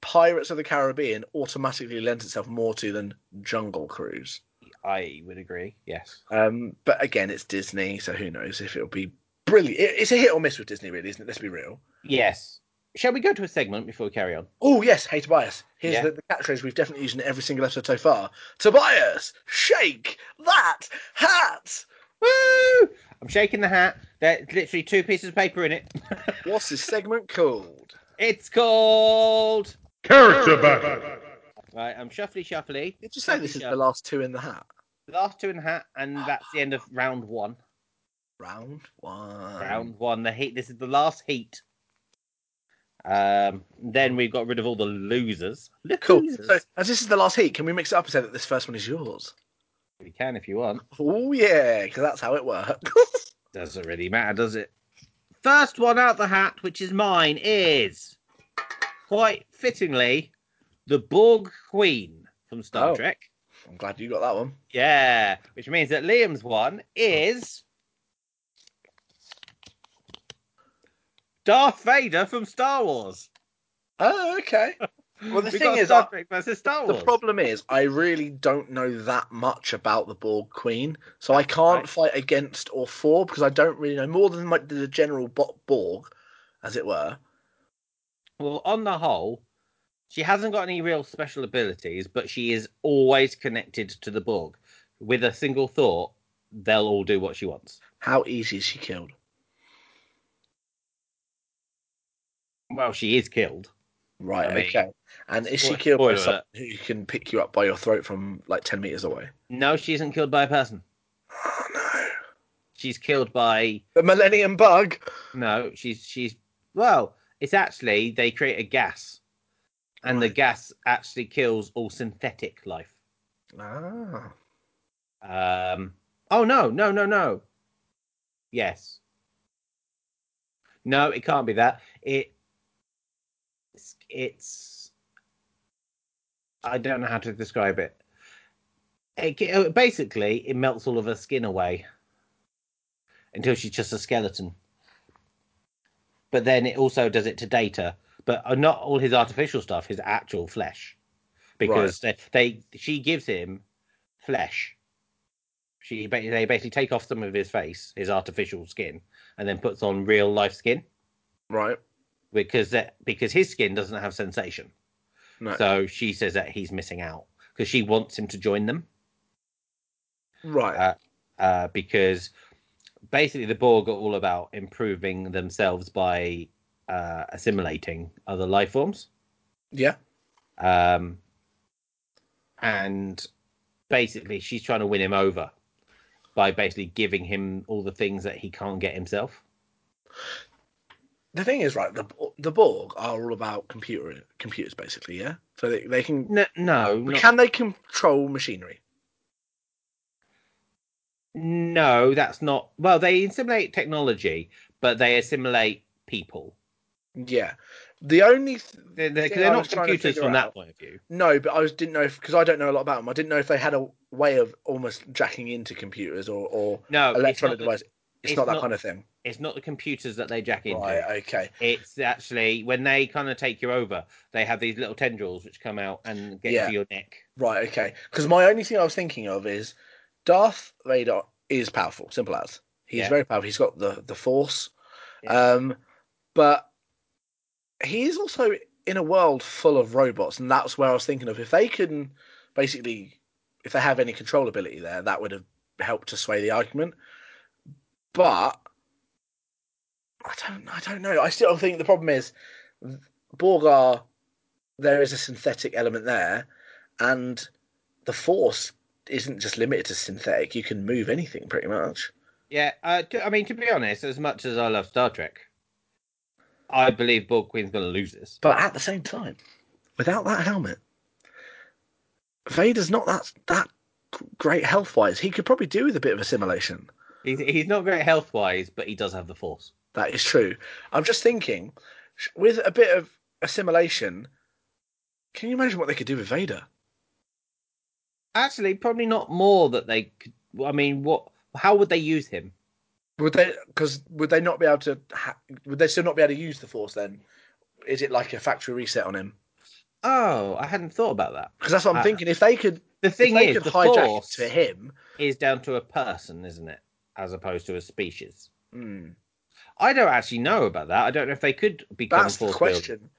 Pirates of the Caribbean automatically lends itself more to than Jungle Cruise.
I would agree. Yes.
Um, but again, it's Disney, so who knows if it'll be brilliant. It- It's a hit or miss with Disney, really, isn't it? Let's be real.
Yes. Shall we go to a segment before we carry on?
Oh yes, hey Tobias. Here's
Yeah.
the, the catchphrase we've definitely used in every single episode so far. Tobias, shake that hat.
Woo! I'm shaking the hat. There's literally two pieces of paper in it.
What's this segment called?
it's called.
Character battle.
Right, I'm shuffly shuffly.
Did you say this is the last two in the hat?
last two in the hat, and that's the end of round one.
Round one.
round one, the heat. This is the last heat. Um, then we've got rid of all the losers. The
Cool.
losers.
So as this is the last heat, can we mix it up and say that this first one is yours?
we can if you want.
Oh yeah, because that's how it works.
Doesn't really matter, does it? First one out the hat, which is mine, is quite fittingly the Borg Queen from Star
Oh.
Trek.
I'm glad you got that one.
Yeah, which means that Liam's one is Darth Vader from Star Wars.
Oh okay. Well, the
We've
thing
got
is,
Star
I-
Trek versus Star
The
Wars.
problem is, I really don't know that much about the Borg Queen, so I can't
Right.
fight against or for because I don't really know more than like the general bo- Borg, as it were.
Well, on the whole, she hasn't got any real special abilities, but she is always connected to the Borg. With a single thought, they'll all do what she wants.
How easy is she killed?
Well, she is killed.
Right,
I mean,
okay. And is she
spoil-
killed by
spoiler
someone who can pick you up by your throat from like ten meters away?
No, she isn't killed by a person.
Oh no!
She's killed by
The Millennium Bug.
no. She's she's well. It's actually they create a gas, and the
Right.
gas actually kills all synthetic life.
Ah,
Um. Oh no, no, no, no. Yes. No, it can't be that. It. It's. it's I don't know how to describe it. it. ca- uh, Basically, it melts all of her skin away until she's just a skeleton. But then it also does it to Data, but uh, not all his artificial stuff, his actual flesh, because they, they she gives him flesh she ba- they basically take off some of his face, his artificial skin, and then puts on real life skin
right.
because that because his skin doesn't have sensation.
No.
So she says that he's missing out because she wants him to join them
right.
uh, uh, because basically the Borg are all about improving themselves by uh, assimilating other life forms.
Yeah.
Um, and basically, she's trying to win him over by basically giving him all the things that he can't get himself.
The thing is, right? The the Borg are all about computer computers, basically. Yeah. So they they can
No, no, not-
can they control machinery?
no, that's not. Well, they assimilate technology, but they assimilate people.
Yeah. The only th-
They're, they're,
thing
they're
I
not
was trying to
computers
figure
from
out-
that point of view.
no, but I was, didn't know if because I don't know a lot about them. I didn't know if they had a way of almost jacking into computers or or
No, it's
electronic
not, the,
device. It's,
it's
not that
not-
kind of thing.
it's not the computers that they jack into.
Right. Okay.
It's actually when they kind of take you over, they have these little tendrils which come out and get
Yeah.
to your neck.
Right, okay. Because my only thing I was thinking of is Darth Vader is powerful, simple as. He's
Yeah.
very powerful. He's got the, the force.
Yeah.
Um, but he is also in a world full of robots, and that's where I was thinking of. If they can basically, if they have any control ability there, that would have helped to sway the argument. But I don't, I don't know. I still think the problem is Borg are, there is a synthetic element there, and the force isn't just limited to synthetic. You can move anything pretty much.
Yeah, uh, to, I mean, to be honest, as much as I love Star Trek, I believe Borg Queen's going to lose this.
But at the same time, without that helmet, Vader's not that that great health wise. He could probably do with a bit of assimilation.
He's, he's not great health wise, but he does have the Force.
That is true. I'm just thinking, sh- with a bit of assimilation, can you imagine what they could do with Vader?
Actually, probably not more that they could. well, I mean, what? How would they use him?
Would they? Because would they not be able to? Ha- would they still not be able to use the force? Then is it like a factory reset on him?
Oh, I hadn't thought about that.
Because that's what I'm
Ah.
thinking. If they could,
The thing
if they
is,
could
the
hijack
Force
it to him.
is down to a person, isn't it? As opposed to a species.
Hmm.
I don't actually know about that. I don't know if they could become
That's the
Force
question.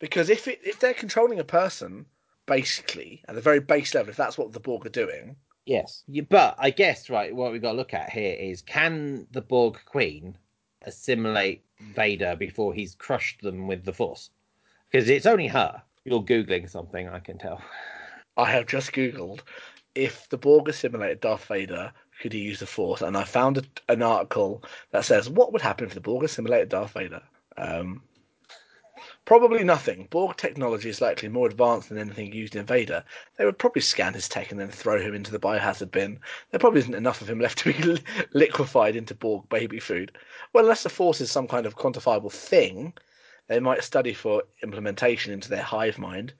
Because if it, if they're controlling a person, basically at the very base level, if that's what the Borg are doing,
Yes. You- But I guess, right, what we've got to look at here is can the Borg Queen assimilate Vader before he's crushed them with the Force? Because it's only her. You're Googling something, I can tell. [LAUGHS]
I have just googled if the Borg assimilated Darth Vader, could he use the Force? And I found a, an article that says what would happen if the Borg assimilated Darth Vader. Um, probably nothing. Borg technology is likely more advanced than anything used in Vader. They would probably scan his tech and then throw him into the biohazard bin. There probably isn't enough of him left to be [LAUGHS] li- liquefied into Borg baby food. Well, unless the Force is some kind of quantifiable thing, they might study for implementation into their hive mind.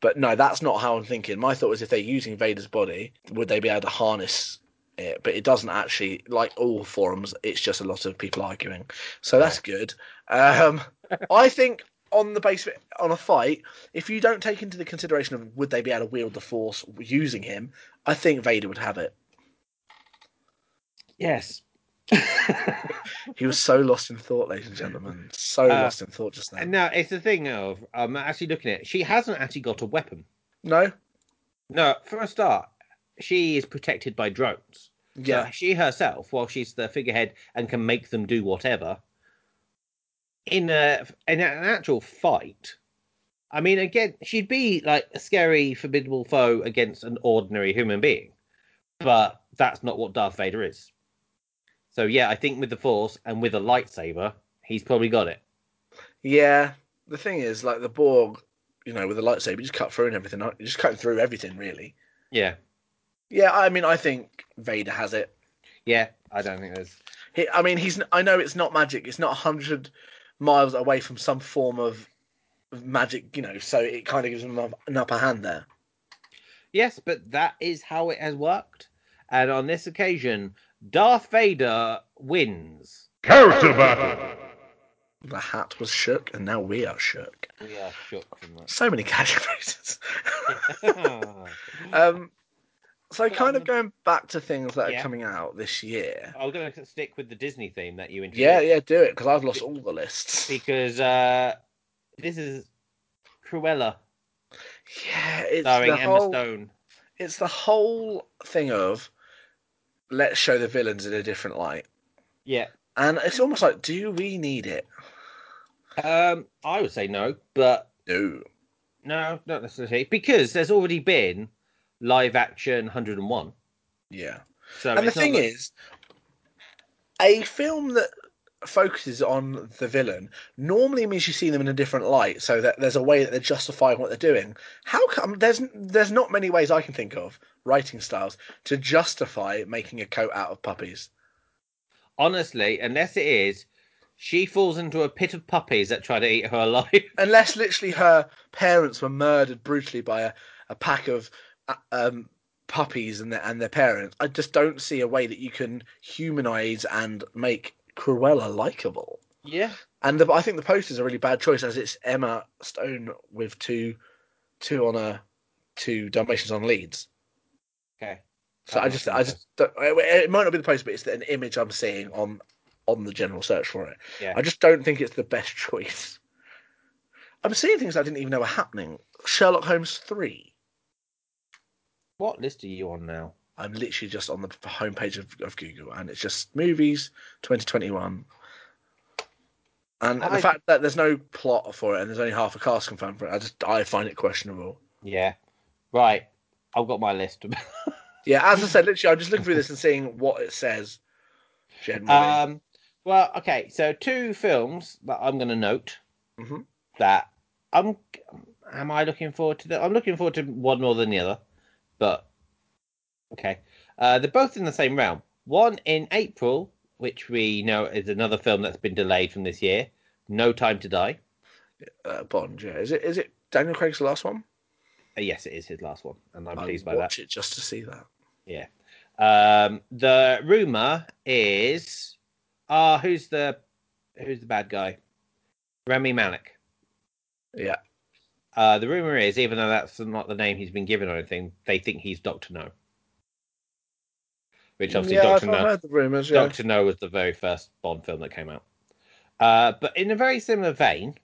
But no, that's not how I'm thinking. My thought was if they're using Vader's body, would they be able to harness it? But it doesn't actually, like all forums, it's just a lot of people arguing. So that's good. Um, [LAUGHS] I think on the base of it- on a fight, if you don't take into the consideration of would they be able to wield the Force using him, I think Vader would have it.
Yes.
He was so lost in thought, ladies and gentlemen. So
Uh,
lost in thought just now.
and now it's the thing of I'm actually looking at it. She hasn't actually got a weapon.
No,
No, for a start, she is protected by drones.
yeah,
So she herself, while she's the figurehead and can make them do whatever, in a in an actual fight, I mean, again, she'd be like a scary, formidable foe against an ordinary human being, but that's not what Darth Vader is. So yeah, I think with the Force and with a lightsaber, he's probably got it.
yeah. The thing is, like the Borg, you know, with the lightsaber, you just cut through and everything. aren't You just cut through everything, really.
Yeah,
Yeah, I mean, I think Vader has it.
yeah. I don't think there's.
He, I mean, he's. I know it's not magic. It's not hundred miles away from some form of magic, you know. So it kind of gives him an upper hand there.
Yes, but that is how it has worked, and on this occasion, Darth Vader wins.
Character battle.
The hat was shook, and now we are shook.
We are shook
[LAUGHS]
from that.
So many catchphrases. [LAUGHS]
I'm
um, so kind of going back to things that are
Yeah.
coming out this year.
going to stick with the Disney theme that you introduced.
Yeah, yeah, do it because I've lost all the lists.
Because uh, this is Cruella
Yeah, it's
starring
the
Emma
whole.
Stone.
It's the whole thing of let's show the villains in a different light.
Yeah.
And it's almost like, do we need it?
Um, I would say no, but
No.
no, not necessarily because there's already been live action 101.
Yeah.
So
and the
it's not
thing
like-
is, a film that focuses on the villain normally means you see them in a different light, so that there's a way that they're justifying what they're doing. How come there's there's not many ways I can think of writing styles to justify making a coat out of puppies?
honestly, unless it is, she falls into a pit of puppies that try to eat her [LAUGHS] alive.
Unless literally her parents were murdered brutally by a, a pack of uh, um, puppies and their and their parents. I just don't see a way that you can humanize and make Cruella likable.
Yeah.
And the, I think the poster's a really bad choice, as it's Emma Stone with two, two on a, two Dalmatians on leads.
Okay.
So
I'm
I
not
just,
sure
I just, don't, it it might not be the poster, but it's an image I'm seeing on, on the general search for it.
Yeah.
I just don't think it's the best [LAUGHS] choice. I'm seeing things I didn't even know were happening. Sherlock Holmes three.
What list are you on now?
I'm literally just on the homepage of, of Google, and it's just movies 2021. And
I-
the fact that there's no plot for it, and there's only half a cast confirmed for it, I just, I find it questionable.
Yeah. Right. I've got my list. [LAUGHS]
Yeah, as I said, literally, I'm just looking through this and seeing what it says. Generally,
um, well, okay. So two films that I'm going to note
Mhm.
that I'm. Am I looking forward to? The, I'm looking forward to one more than the other, but okay. Uh, they're both in the same realm. One in April, which we know is another film that's been delayed from this year. No Time to Die.
uh, Bond. Yeah, is it is it Daniel Craig's last one?
Uh, yes, it is his last one, and I'm
I'll
pleased by that.
watch it just to see that.
Yeah. Um, the rumor is, ah, who's the who's the bad guy? Rami Malik.
Yeah.
Uh, the rumor is, even though that's not the name he's been given or anything, they think he's Doctor No. Which obviously
yeah,
Doctor
I've
No,
heard the rumors. Yeah,
Doctor No was the very first Bond film that came out. Uh, but in a very similar vein,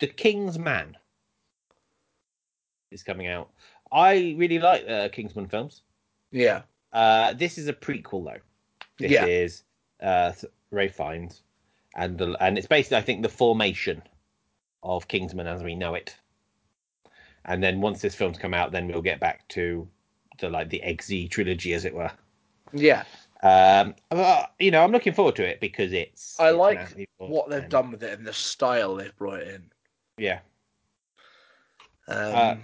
The King's Man is coming out. I really like the Kingsman films.
yeah,
Uh, this is a prequel though. This
Yeah.
is uh, Ray Fiennes, and the, and it's basically I think the formation of Kingsman as we know it. And then once this film's come out, then we'll get back to the like the Eggsy trilogy, as it were.
yeah.
Um, but, you know, I'm looking forward to it because it's.
I
it's
like
Natalie Portman.
What they've done with it and the style they've brought it in.
Yeah.
Um,
Uh,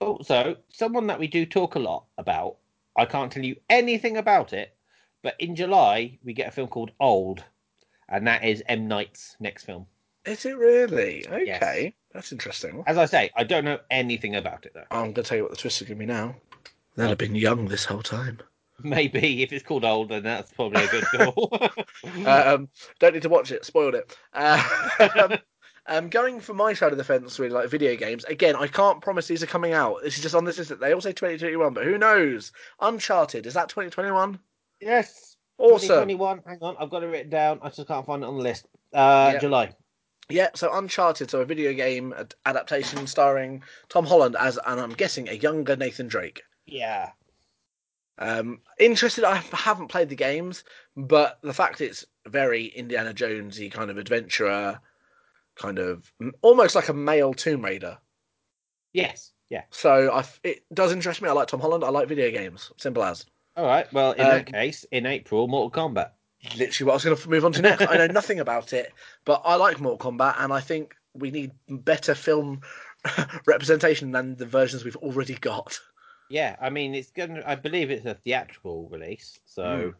Also, someone that we do talk a lot about. I can't tell you anything about it, but in July we get a film called Old, and that is M Night's next film.
is it really okay?
yes.
That's interesting.
As I say, I don't know anything about it though. [LAUGHS]
I'm gonna tell you what the twist is gonna be now. They'll have been young this whole time.
Maybe if it's called Old, then that's probably a
[LAUGHS]
good [LAUGHS] call.
um, don't need to watch it. Spoiled it. Uh, [LAUGHS] um, going for my side of the fence, really like video games. Again, I can't promise these are coming out. This is just on this list. They all say 2021, but who knows? Uncharted is that 2021?
yes.
Awesome.
2021. Hang on, I've got it written down. I just can't find it on the list. Uh,
Yeah.
July.
Yeah. So Uncharted, so a video game ad- adaptation starring Tom Holland as, and I'm guessing a younger Nathan Drake.
Yeah.
Um, interested. I haven't played the games, but the fact it's very Indiana Jonesy kind of adventurer, kind of almost like a male Tomb Raider.
Yes. Yeah.
So I, it does interest me. I like Tom Holland. I like video games. Simple as.
All right. Well, in
Um,
that case, in April, Mortal Kombat.
Literally, what I was going to move on to next. I know nothing about it, but I like Mortal Kombat, and I think we need better film [LAUGHS] representation than the versions we've already got.
Yeah, I mean, it's gonna. I believe it's a theatrical release, so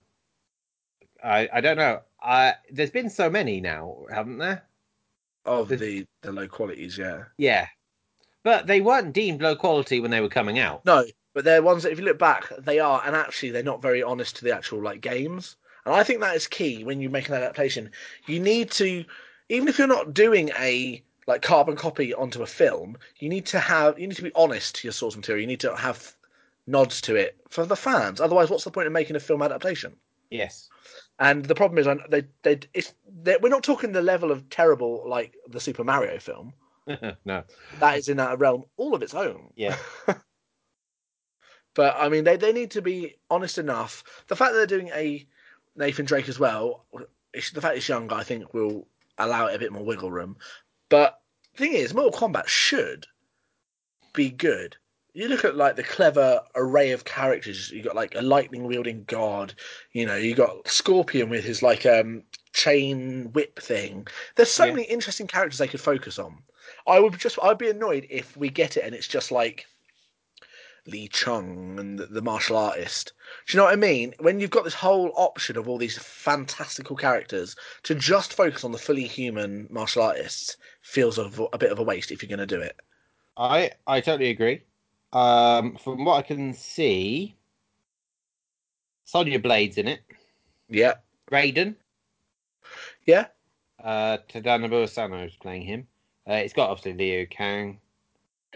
I I don't know. I there's been so many now, haven't there?
Of
Did-
the the low qualities, yeah.
Yeah, but they weren't deemed low quality when they were coming out.
No, but they're ones that if you look back, they are, and actually they're not very honest to the actual like games. And I think that is key when you make an adaptation. You need to, even if you're not doing a like carbon copy onto a film, you need to have you need to be honest to your source material. You need to have nods to it for the fans. Otherwise, what's the point of making a film adaptation?
Yes. [LAUGHS]
And the problem is, I- they they it's they, we're not talking the level of terrible like the Super Mario film.
no.
That is in a realm all of its own.
Yeah.
But I mean, they, they need to be honest enough. The fact that they're doing a Nathan Drake as well, it's- the fact it's young, I think, will allow it a bit more wiggle room. But thing is, Mortal Kombat should be good. You look at like the clever array of characters. You got like a lightning wielding god. You know, you got Scorpion with his like um chain whip thing. There's so
Yeah.
many interesting characters they could focus on. I would just I'd be annoyed if we get it and it's just like Lee Chung and the, the martial artist. Do you know what I mean? When you've got this whole option of all these fantastical characters to just focus on the fully human martial artists feels a, a bit of a waste if you're going to do it.
I I totally agree. Um, from what I can see, Sonya Blade's in it.
Yeah,
Raiden.
yeah,
Uh, Tadanobu Asano is playing him. Uh, it's got obviously Liu Kang,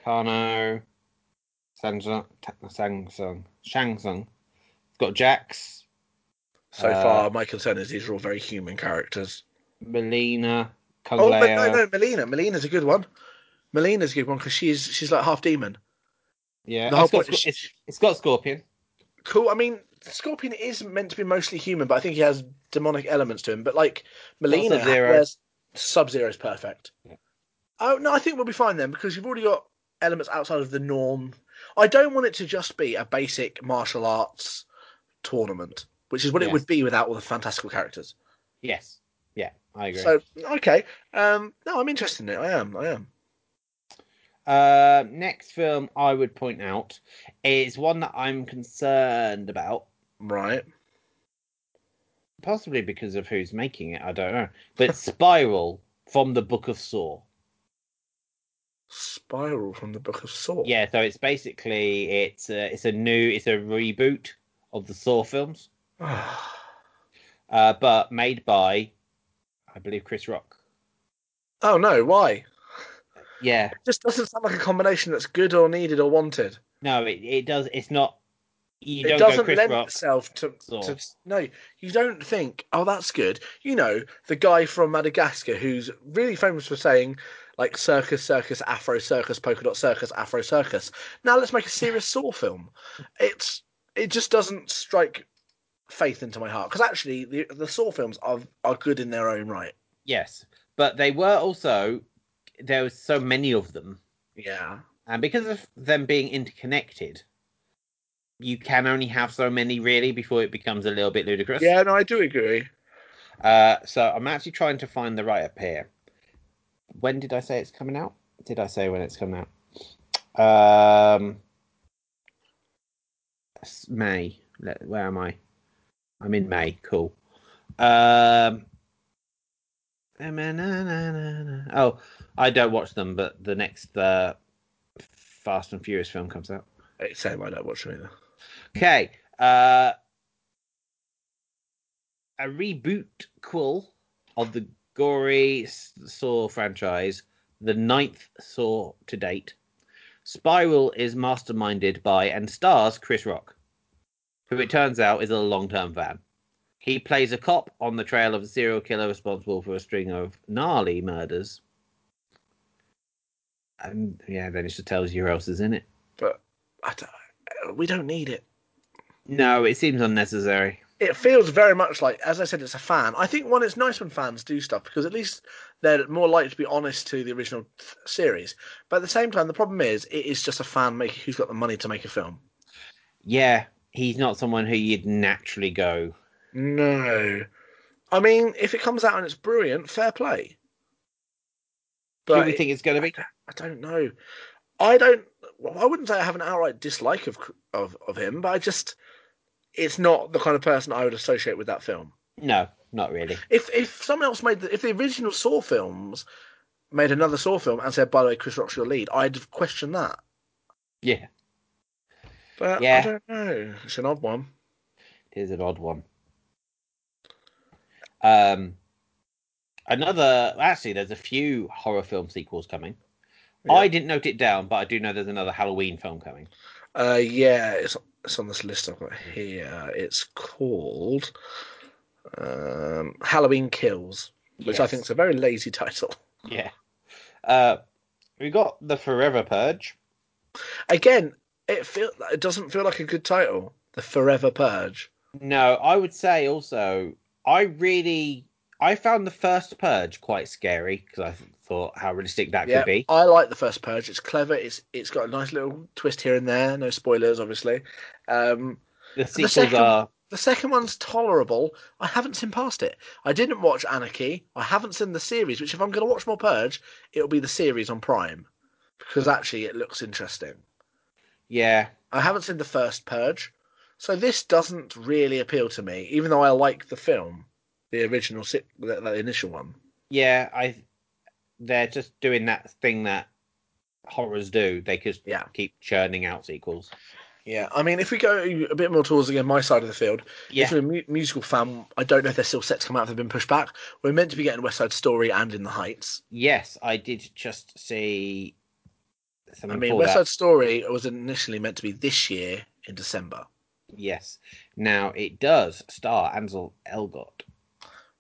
Kano, Sanjun, Ta- Sangsung, Shangsung. It's got Jax,
So
Uh,
far, my concern is these are all very human characters.
Melina, Kung
Oh, but
Leo.
no, no, Melina. Melina's a good one. Melina's a good one because she's she's like half demon.
Yeah,
The whole
it's got,
point is
Sc- it's, it's got Scorpion.
Cool. I mean, Scorpion is meant to be mostly human, but I think he has demonic elements to him. But like Melina,
Sub-Zero.
Sub Zero is perfect.
Yeah.
Oh no, I think we'll be fine then because you've already got elements outside of the norm. I don't want it to just be a basic martial arts tournament, which is what it
Yes.
would be without all the fantastical characters.
Yes. Yeah, I agree.
So okay, um, no, I'm interested in it. I am. I am.
Uh, next film I would point out is one that I'm concerned about,
Right.
possibly because of who's making it. I don't know,
[LAUGHS]
but Spiral from the Book of Saw.
Spiral from the Book of Saw.
Yeah, so it's basically it's a, it's a new it's a reboot of the Saw films, uh, but made by I believe Chris Rock.
[SIGHS] oh no, why?
Yeah,
Just doesn't sound like a combination that's good or needed or wanted.
no, it, it does. It's not. You
it
don't go
doesn't
Chris
lend
Rock.
itself to,
Saw.
to no. You don't think, oh, that's good. You know, the guy from Madagascar who's really famous for saying, like, circus, circus, Afro circus, polka dot circus, Afro circus. Now let's make a
[LAUGHS]
serious Saw film. It's it just doesn't strike faith into my heart because actually the the Saw films are are good in their own right.
Yes, but they were also there was so many of them,
Yeah.
and because of them being interconnected, you can only have so many really before it becomes a little bit ludicrous.
Yeah, no, I do agree.
Uh, so I'm actually trying to find the right up here. When did I say it's coming out? Did I say when it's coming out? Um, s- May. Le- Where am I? I'm in May. Cool. Um. Oh, I don't watch them, but the next uh, Fast and Furious film comes out.
Same, I don't watch them either.
Okay. Uh, a reboot quill of the gory S- Saw franchise, the ninth Saw to date. Spiral is masterminded by and stars Chris Rock, who it turns out is a long term fan. He plays a cop on the trail of a serial killer responsible for a string of gnarly murders. And yeah, then it just tells you who else is in it.
But I don't, we don't need it.
No, it seems unnecessary.
it feels very much like, as I said, it's a fan. I think one, it's nice when fans do stuff because at least they're more likely to be honest to the original th- series. But at the same time, the problem is it is just a fan maker who's got the money to make a film.
Yeah, he's not someone who you'd naturally go.
No, I mean, if it comes out and it's brilliant, fair play.
Who
But
we think it's going to be?
I don't know. I don't. Well, I wouldn't say I have an outright dislike of of of him, but I just it's not the kind of person I would associate with that film.
No, not really.
If if someone else made the, if the original Saw films made another Saw film and said, by the way, Chris Rock's your lead, I'd question that.
Yeah,
But I
Yeah.
don't know. It's an odd one.
it is an odd one. Um, another. Actually, there's a few horror film sequels coming.
Yeah.
I didn't note it down, but I do know there's another Halloween film coming.
Uh, yeah, it's it's on this list I've got here. It's called um, Halloween Kills, which I
Yes.
think is a very lazy title. [LAUGHS]
Yeah. Uh, we got the Forever Purge.
Again, it feel it doesn't feel like a good title. The Forever Purge.
No, I would say also I really I found the first Purge quite scary because I th- thought how realistic that
yeah,
could be.
I like the first Purge. It's clever. It's it's got a nice little twist here and there. No spoilers, obviously. Um,
The sequels
second-
are
the second one's tolerable. I haven't seen past it. I didn't watch Anarchy. I haven't seen the series. Which, if I'm going to watch more Purge, it'll be the series on Prime because actually it looks interesting.
yeah.
I haven't seen the first Purge, so this doesn't really appeal to me. Even though I like the film, the original, si- the, the initial one.
Yeah, I they're just doing that thing that horrors do. They just
Yeah.
keep churning out sequels.
Yeah, I mean, if we go a bit more towards again my side of the field,
Yeah.
if you're a mu- musical fan, I don't know if they're still set to come out. If they've been pushed back. We're meant to be getting West Side Story and In the Heights.
Yes, I did just see something
I mean,
for
West Side
that.
Story was initially meant to be this year in December.
Yes. Now it does star Ansel Elgort,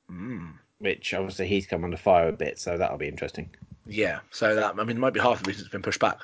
Hmm.
Mm.
which obviously he's come under fire a bit, so that'll be interesting.
Yeah, so that I mean, it might be half the reason it's been pushed back.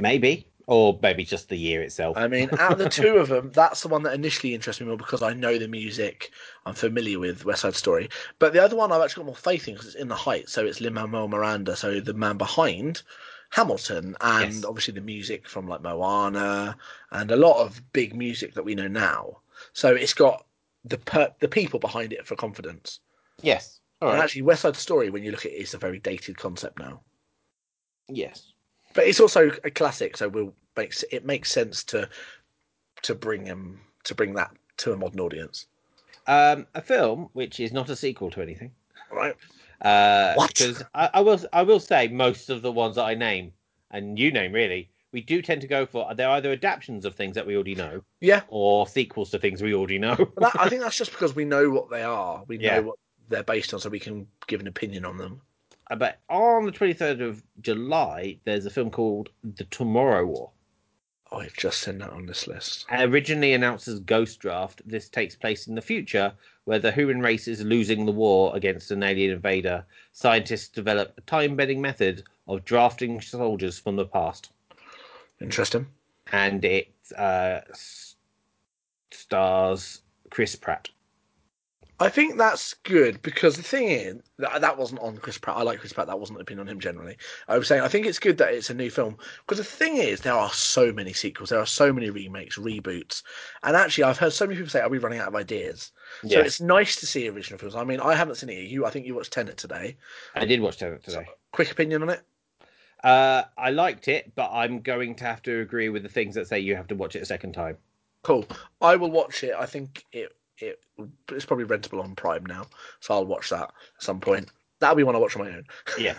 Maybe, or maybe just the year itself.
I mean, out of the two of them, [LAUGHS] that's the one that initially interested me more because I know the music, I'm familiar with West Side Story. But the other one I've actually got more faith in because it's in the heights, so it's Lin Manuel Miranda, so the man behind Hamilton, and
Yes.
obviously the music from like Moana and a lot of big music that we know now. So it's got the per- the people behind it for confidence.
yes. All
And
right.
actually, West Side Story, when you look at it, is a very dated concept now
yes.
but it's also a classic, so we'll makes it makes sense to to bring him to bring that to a modern audience,
Um, a film which is not a sequel to anything.
right?
Uh,
What?
Because I, I will, I will say most of the ones that I name and you name really, we do tend to go for. They're either adaptations of things that we already know,
Yeah,
or sequels to things we already know.
[LAUGHS] but that, I think that's just because we know what they are, we know
Yeah.
what they're based on, so we can give an opinion on them.
Uh, but on the 23rd of July, there's a film called The Tomorrow War.
Oh, I've just seen that on this list.
Originally announced as Ghost Draft, this takes place in the future where the human race is losing the war against an alien invader. Scientists develop a time bending method of drafting soldiers from the past.
Interesting.
And it uh, s- stars Chris Pratt.
I think that's good because the thing is that, that wasn't on Chris Pratt. I like Chris Pratt. That wasn't an opinion on him generally. I was saying I think it's good that it's a new film because the thing is there are so many sequels, there are so many remakes, reboots, and actually I've heard so many people say, "Are we running out of ideas?" So it's nice to see original films. I mean, I haven't seen it. You, I think you watched Tenet today.
I did watch Tenet today.
Quick opinion on it?
Uh, I liked it, but I'm going to have to agree with the things that say you have to watch it a second time.
Cool. I will watch it. I think it it it's probably rentable on Prime now, so I'll watch that at some point. That'll be one I watch on my own.
Yeah.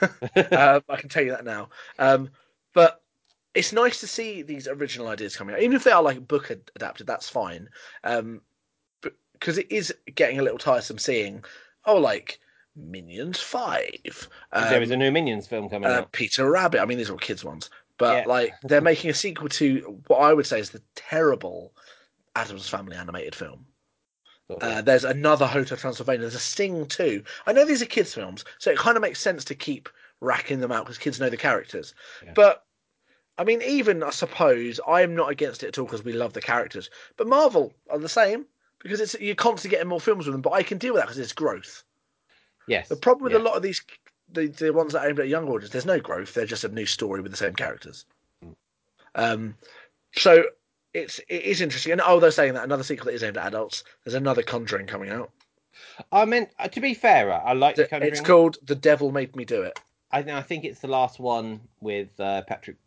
um, I can tell you that now. Um, but it's nice to see these original ideas coming out, even if they are like book ad- adapted. That's fine, um, because it is getting a little tiresome seeing, oh, like Minions Five.
[LAUGHS] there
Um,
is a new Minions film coming
uh,
out.
Peter Rabbit. I mean, these are all kids' ones, but
Yeah.
like they're making a sequel to what I would say is the terrible Adams Family animated film.
sort of.
Uh, there's another Hotel Transylvania. There's a Sting too. I know these are kids' films, so it kind of makes sense to keep racking them out because kids know the characters.
Yeah.
But I mean, even I suppose I am not against it at all because we love the characters. But Marvel are the same because it's you're constantly getting more films with them. But I can deal with that because it's growth.
yes.
The problem with
yeah.
a lot of these, the, the ones that are aimed at young audiences, there's no growth. They're just a new story with the same characters.
Mm.
Um, so it's it is interesting. And although saying that, another sequel that is aimed at adults, there's another Conjuring coming out.
I meant uh, to be fair. I like the Conjuring.
It's called The Devil Made Me Do It.
I, I think it's the last one with uh, Patrick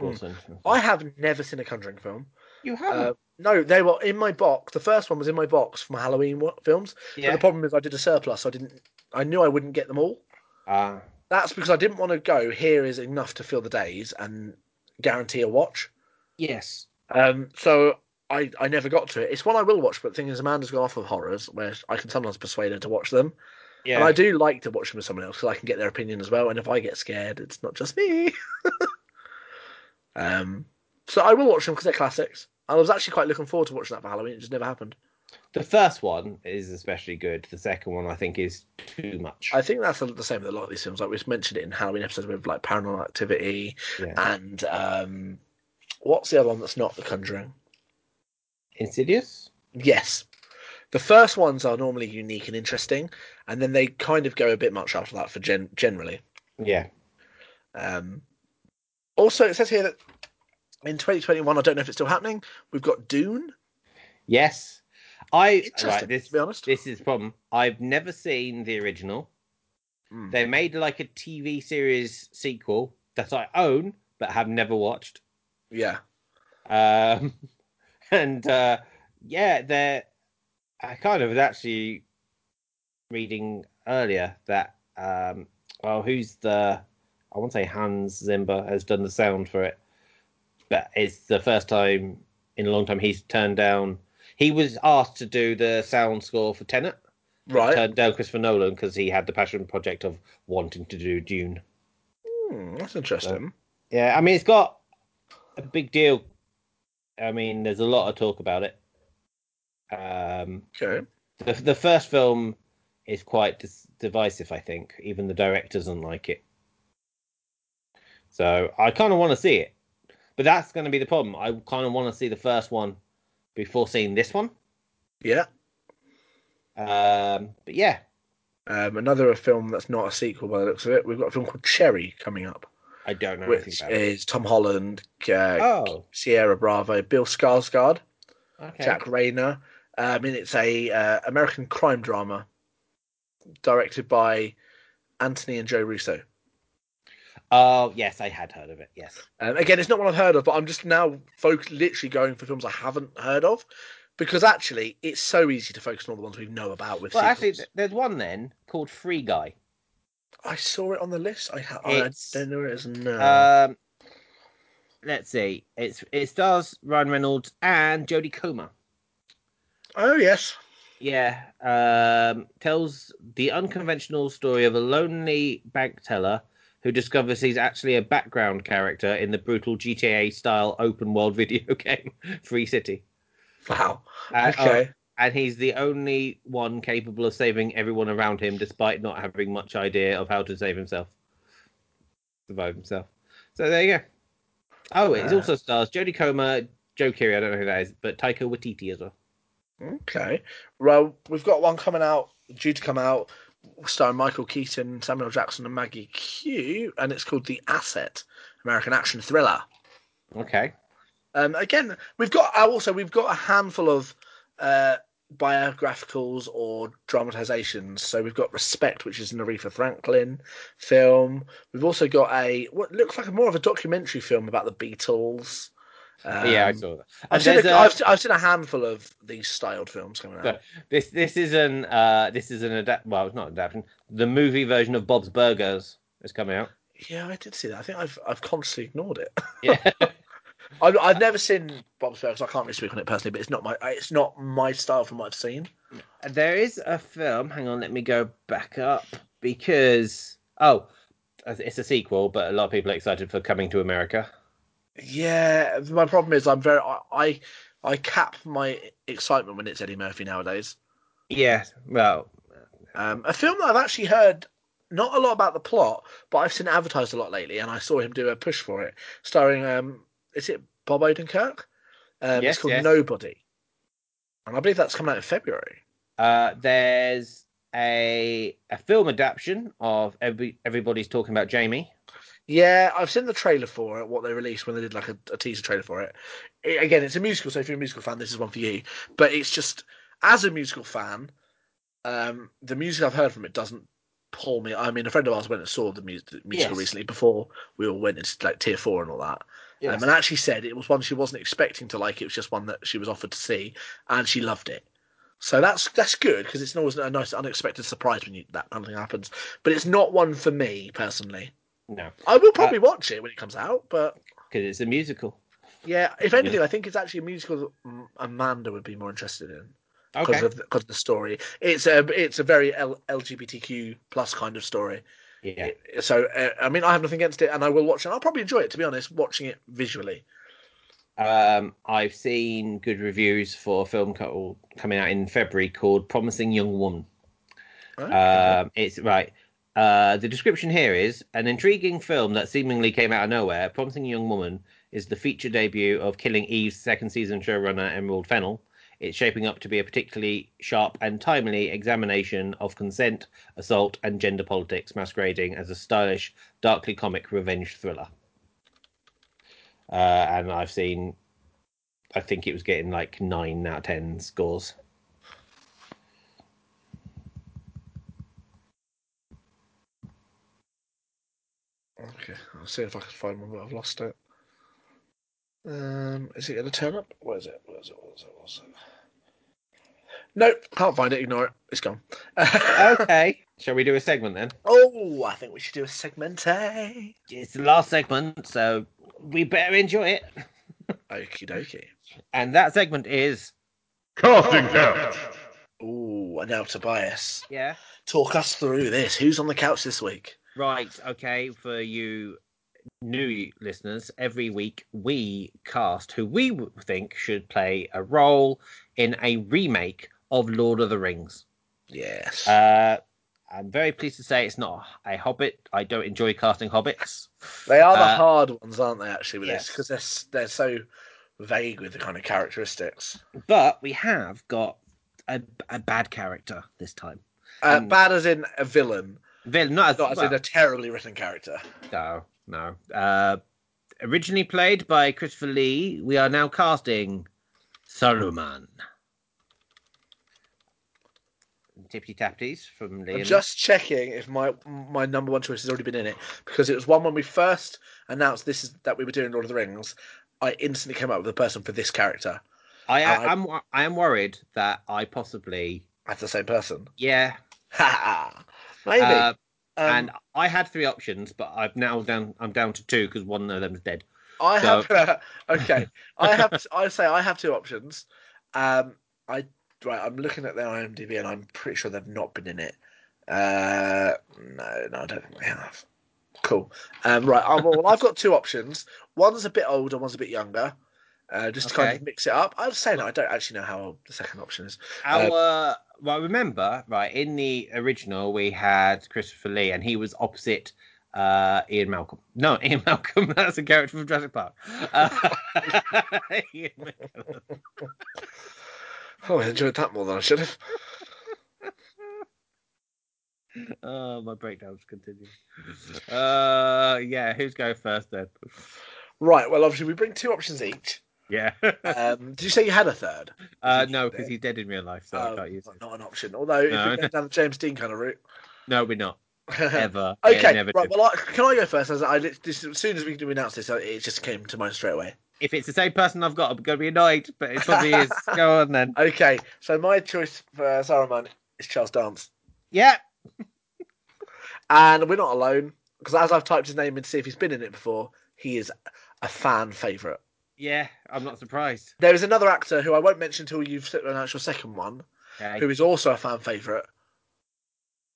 Wilson.
Hmm. I have never seen a Conjuring film.
you haven't.
Uh, no, they were in my box. The first one was in my box from Halloween wa- films. But
yeah.
the problem is, I did a surplus. So I didn't. I knew I wouldn't get them all.
Ah,
That's because I didn't want to go. Here is enough to fill the days and guarantee a watch.
yes.
Um, so I, I never got to it. It's one I will watch, but the thing is, Amanda's gone off of horrors, where I can sometimes persuade her to watch them.
Yeah.
And I do like to watch them with someone else because I can get their opinion as well. And if I get scared, it's not just me. [LAUGHS] um, so I will watch them because they're classics. I was actually quite looking forward to watching that for Halloween. It just never happened.
The first one is especially good. The second one, I think, is too much.
I think that's the same with a lot of these films. Like we've mentioned it in Halloween episodes with like Paranormal Activity
yeah.
and um, what's the other one that's not The Conjuring?
Insidious.
Yes. the first ones are normally unique and interesting, and then they kind of go a bit much after that for gen- generally.
Yeah.
Um, also, it says here that in 2021, I don't know if it's still happening. We've got Dune.
Yes. I
Interesting,
right, this
to be honest.
this is the problem. I've never seen the original.
Mm.
They made like a TV series sequel that I own but have never watched.
Yeah,
Um, [LAUGHS] and uh, yeah, they're. I kind of was actually reading earlier that um, well, who's the? I won't say Hans Zimmer has done the sound for it, but it's the first time in a long time he's turned down. He was asked to do the sound score for Tenet, but
right.
turned down Christopher Nolan because he had the passion project of wanting to do Dune.
Hmm, that's interesting.
Yeah, I mean, it's got a big deal. I mean, there's a lot of talk about it. Um,
Okay.
the, the first film is quite dis- divisive, I think. Even the director doesn't like it. So I kind of want to see it. But that's going to be the problem. I kind of want to see the first one before seeing this one.
Yeah.
Um, but yeah,
Um, another film that's not a sequel by the looks of it. We've got a film called Cherry coming up,
I don't know anything
which
about it.
is Tom Holland, uh,
Oh,
Sierra Bravo, Bill Skarsgård,
okay.
Jack Rayner. Um, and it's a uh, American crime drama directed by Anthony and Joe Russo.
Oh, yes, I had heard of it. Yes.
Um, again, it's not one I've heard of, but I'm just now folk literally going for films I haven't heard of because actually it's so easy to focus on all the ones we know about. With
Well, actually,
sequels.
th- there's one then called Free Guy.
I saw it on the list. I, ha- I
It's,
don't know where it is now.
Um, let's see. It's it stars Ryan Reynolds and Jodie Comer.
oh yes,
Yeah, um, tells the unconventional story of a lonely bank teller who discovers he's actually a background character in the brutal GTA style open world [LAUGHS] video game Free City.
wow,
Uh,
okay.
uh, and he's the only one capable of saving everyone around him despite not having much idea of how to save himself. Survive himself. So there you go. Oh, it
Uh,
also stars Jodie Comer, Joe Keery, I don't know who that is, but Taika Waititi as well.
Okay. Well, we've got one coming out, due to come out, starring Michael Keaton, Samuel Jackson, and Maggie Q, and it's called The Asset, American action thriller.
Okay.
Um, again, we've got uh, also we've got a handful of uh, biographicals or dramatizations. So we've got Respect, which is an Aretha Franklin film. We've also got a what looks like a more of a documentary film about the Beatles. Um,
yeah, I saw that.
I've
And
seen,
there's
a,
a-
I've, I've seen a handful of these styled films coming out.
Good. This this is an uh this is an adapt well it's not adaptation. The movie version of Bob's Burgers is coming out.
Yeah, I did see that. I think I've I've consciously ignored it. [LAUGHS]
Yeah.
I've, I've never seen Bob's Burgers. I can't really speak on it personally, but it's not my it's not my style from what I've seen.
there is a film, hang on, let me go back up because oh it's a sequel, but a lot of people are excited for coming to America.
Yeah, my problem is I'm very I I, I cap my excitement when it's Eddie Murphy nowadays.
Yeah, well
Um, a film that I've actually heard not a lot about the plot, but I've seen advertised a lot lately, and I saw him do a push for it, starring um is it Bob Odenkirk? Um,
Yes,
it's called
yes.
Nobody, and I believe that's coming out in February.
uh there's a a film adaptation of every everybody's talking about Jamie.
Yeah, I've seen the trailer for it. What they released when they did like a, a teaser trailer for it. I- Again, it's a musical, so if you're a musical fan, this is one for you. But it's just as a musical fan, um, the music I've heard from it doesn't pull me. I mean, a friend of ours went and saw the, mu- the musical
Yes.
recently before we all went into like tier four and all that, um, and actually said it was one she wasn't expecting to like. It was just one that she was offered to see, and she loved it. So that's that's good because it's always a nice unexpected surprise when you, that kind of thing happens. But it's not one for me personally.
No,
I will
Uh,
probably watch it when it comes out, but
because it's a musical.
yeah, if anything, I think it's actually a musical that mm, Amanda would be more interested in because
Okay.
of because of the story. It's a it's a very L- LGBTQ plus kind of story.
yeah.
So uh, I mean, I have nothing against it, and I will watch it. I'll probably enjoy it to be honest, watching it visually.
Um, I've seen good reviews for a film co- coming out in February called Promising Young Woman.
Right?
Um, it's right. Uh, the description here is an intriguing film that seemingly came out of nowhere. Promising Young Woman is the feature debut of Killing Eve's second season showrunner Emerald Fennel. It's shaping up to be a particularly sharp and timely examination of consent, assault, and gender politics, masquerading as a stylish, darkly comic revenge thriller. Uh, and I've seen, I think it was getting like nine out of ten scores.
Okay, I'll see if I can find one, but I've lost it. Um, is it going to turn up? Where is it? Where is it? Where is it? Where is it? Nope, can't find it. Ignore it. It's gone. [LAUGHS]
Okay, shall we do a segment then?
oh, I think we should do a segment A.
It's the last segment, so we better enjoy it.
Okie dokie.
And that segment is Oh.
Casting couch.
Ooh, and now Tobias.
yeah.
Talk us through this. Who's on the couch this week?
Right, okay, for you new listeners, every week we cast who we w- think should play a role in a remake of Lord of the Rings.
Yes.
Uh, I'm very pleased to say it's not a Hobbit. I don't enjoy casting Hobbits.
they are the
uh,
hard ones, aren't they? Actually, with this
yes.
because they're s- they're so vague with the kind of characteristics.
But we have got a, a bad character this time.
Uh,
Mm.
Bad as in a villain,
Villain, not as,
not as
well,
in a terribly written character.
No, no. Uh, originally played by Christopher Lee, we are now casting Saruman. Tippy tappies from Lee.
I'm just checking if my my number one choice has already been in it because it was one when we first announced this is that we were doing Lord of the Rings. I instantly came up with the person for this character
I,
I-
I, am I am worried that I possibly
as the same person. [LAUGHS]
yeah.
Ha ha. Maybe.
uh,
Um,
and I had three options, but I've now down I'm down to two because one of them's dead.
I
So- [LAUGHS]
have uh, okay. I have. I say I have two options. Um, I right. I'm looking at their IMDb, and I'm pretty sure they've not been in it. Uh, no, no, I don't think they have. Cool. Um, right. I'm, well, I've got two options. One's a bit older. One's a bit younger. Uh, just to kind
Okay.
of mix it up. I'd say that I don't actually know how old the second option is.
Our well, remember right in the original we had Christopher Lee, and he was opposite uh, Ian Malcolm. No, [LAUGHS] Ian Malcolm. That's a character from Jurassic Park. Uh, [LAUGHS] Ian Malcolm.
Oh, I enjoyed that more than I should have.
oh, my breakdowns continue. Uh, yeah, who's going first then?
Right. Well, obviously we bring two options each.
Yeah. [LAUGHS]
Um, did you say you had a third?
Uh, no, because he's dead in real life, so I
Oh,
can't use it.
Um, not an option. Although if
No.
you're going down the James Dean kind of route. [LAUGHS]
No, we're not ever.
Okay,
Yeah, never
right.
do.
Well, I, can I go first? As I, lit- this, as soon as we announced this, I- it just came to mind straight away.
If it's the same person I've got, I'm gonna be annoyed. But it probably
[LAUGHS]
is. Go on then.
Okay, so my choice for Saruman is Charles Dance,
Yeah.
and we're not alone because as I've typed his name in to see if he's been in it before, he is a fan favorite.
Yeah. I'm not surprised.
There is another actor who I won't mention until you've announced your second one,
Okay.
who is also a fan favorite,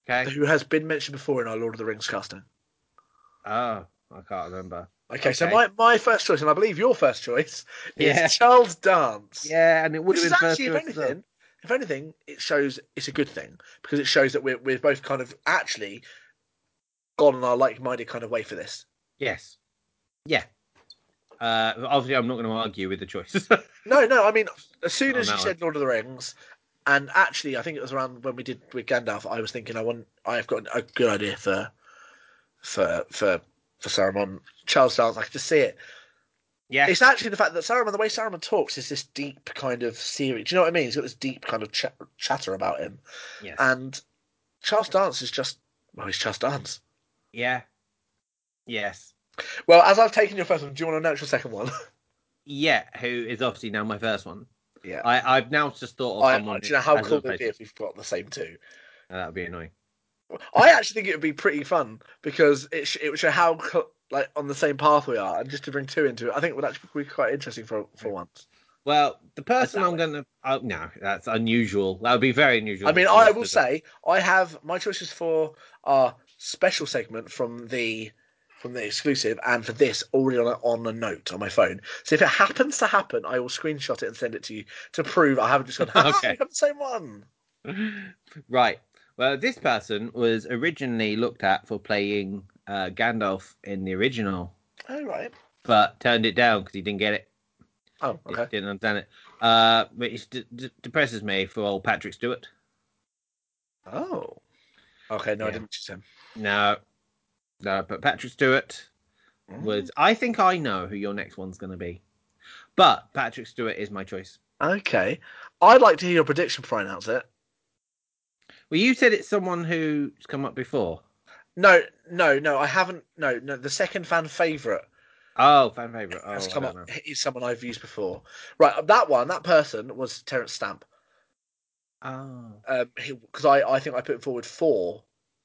Okay.
who has been mentioned before in our Lord of the Rings casting.
Oh, I can't remember.
Okay, so
Okay.
my, my first choice, and I believe your first choice, is
Yeah.
Charles Dance.
Yeah, and it would
Which
have
is
been first
actually, if
choice as well.
anything, if anything, it shows it's a good thing because it shows that we're we're both kind of actually gone in our like-minded kind of way for this.
Yes. Yeah. Uh, obviously, I'm not going to argue with the choice. [LAUGHS]
No, no, I mean, as soon
Oh,
as you
no.
said Lord of the Rings, and actually, I think it was around when we did with Gandalf. I was thinking, I want, I've got a good idea for, for for for Saruman. Charles Dance, I could just see it.
yeah.
It's actually the fact that Saruman, the way Saruman talks, is this deep kind of serious. Do you know what I mean? He's got this deep kind of chat, chatter about him.
yes.
And Charles Dance is just well, he's Charles Dance.
yeah. Yes.
Well, as I've taken your first one, do you want to announce your second one?
Yeah. Who is obviously now my first one.
Yeah.
I, I've now just thought of
I,
someone.
do you know how
as a
cool it would be
replacement.
if we've got the same two?
Uh, that would be annoying.
I actually think it would be pretty fun because it sh- it would show how co- like on the same path we are, and just to bring two into it, I think it would actually be quite interesting for for once.
Well, the person
that
I'm going to. Oh, no. That's unusual. That would be very unusual.
I mean, I will say I have my choices for our special segment from the from the exclusive, and for this already on a, on a note on my phone. So if it happens to happen, I will screenshot it and send it to you to prove I haven't just gone. [LAUGHS] Ha,
Okay.
okay. have the same one.
Right. Well, this person was originally looked at for playing uh, Gandalf in the original,
All Oh, right.
but turned it down because he didn't get it.
Oh, okay.
Didn't understand it. Uh, which d- d- depresses me for old Patrick Stewart.
Oh. Okay, no, I
Yeah.
didn't choose him.
No, no, but Patrick Stewart
Mm.
was. I think I know who your next one's going to be, but Patrick Stewart is my choice.
Okay. I'd like to hear your prediction before I announce it.
Well, you said it's someone who's come up before.
No, no, no, I haven't. No, no, the second fan favourite
Oh, fan favorite. Oh,
has
I
come
don't
up
know.
is someone I've used before. Right, uh, that one, that person was Terence Stamp.
Oh.
Because I, I think I put forward for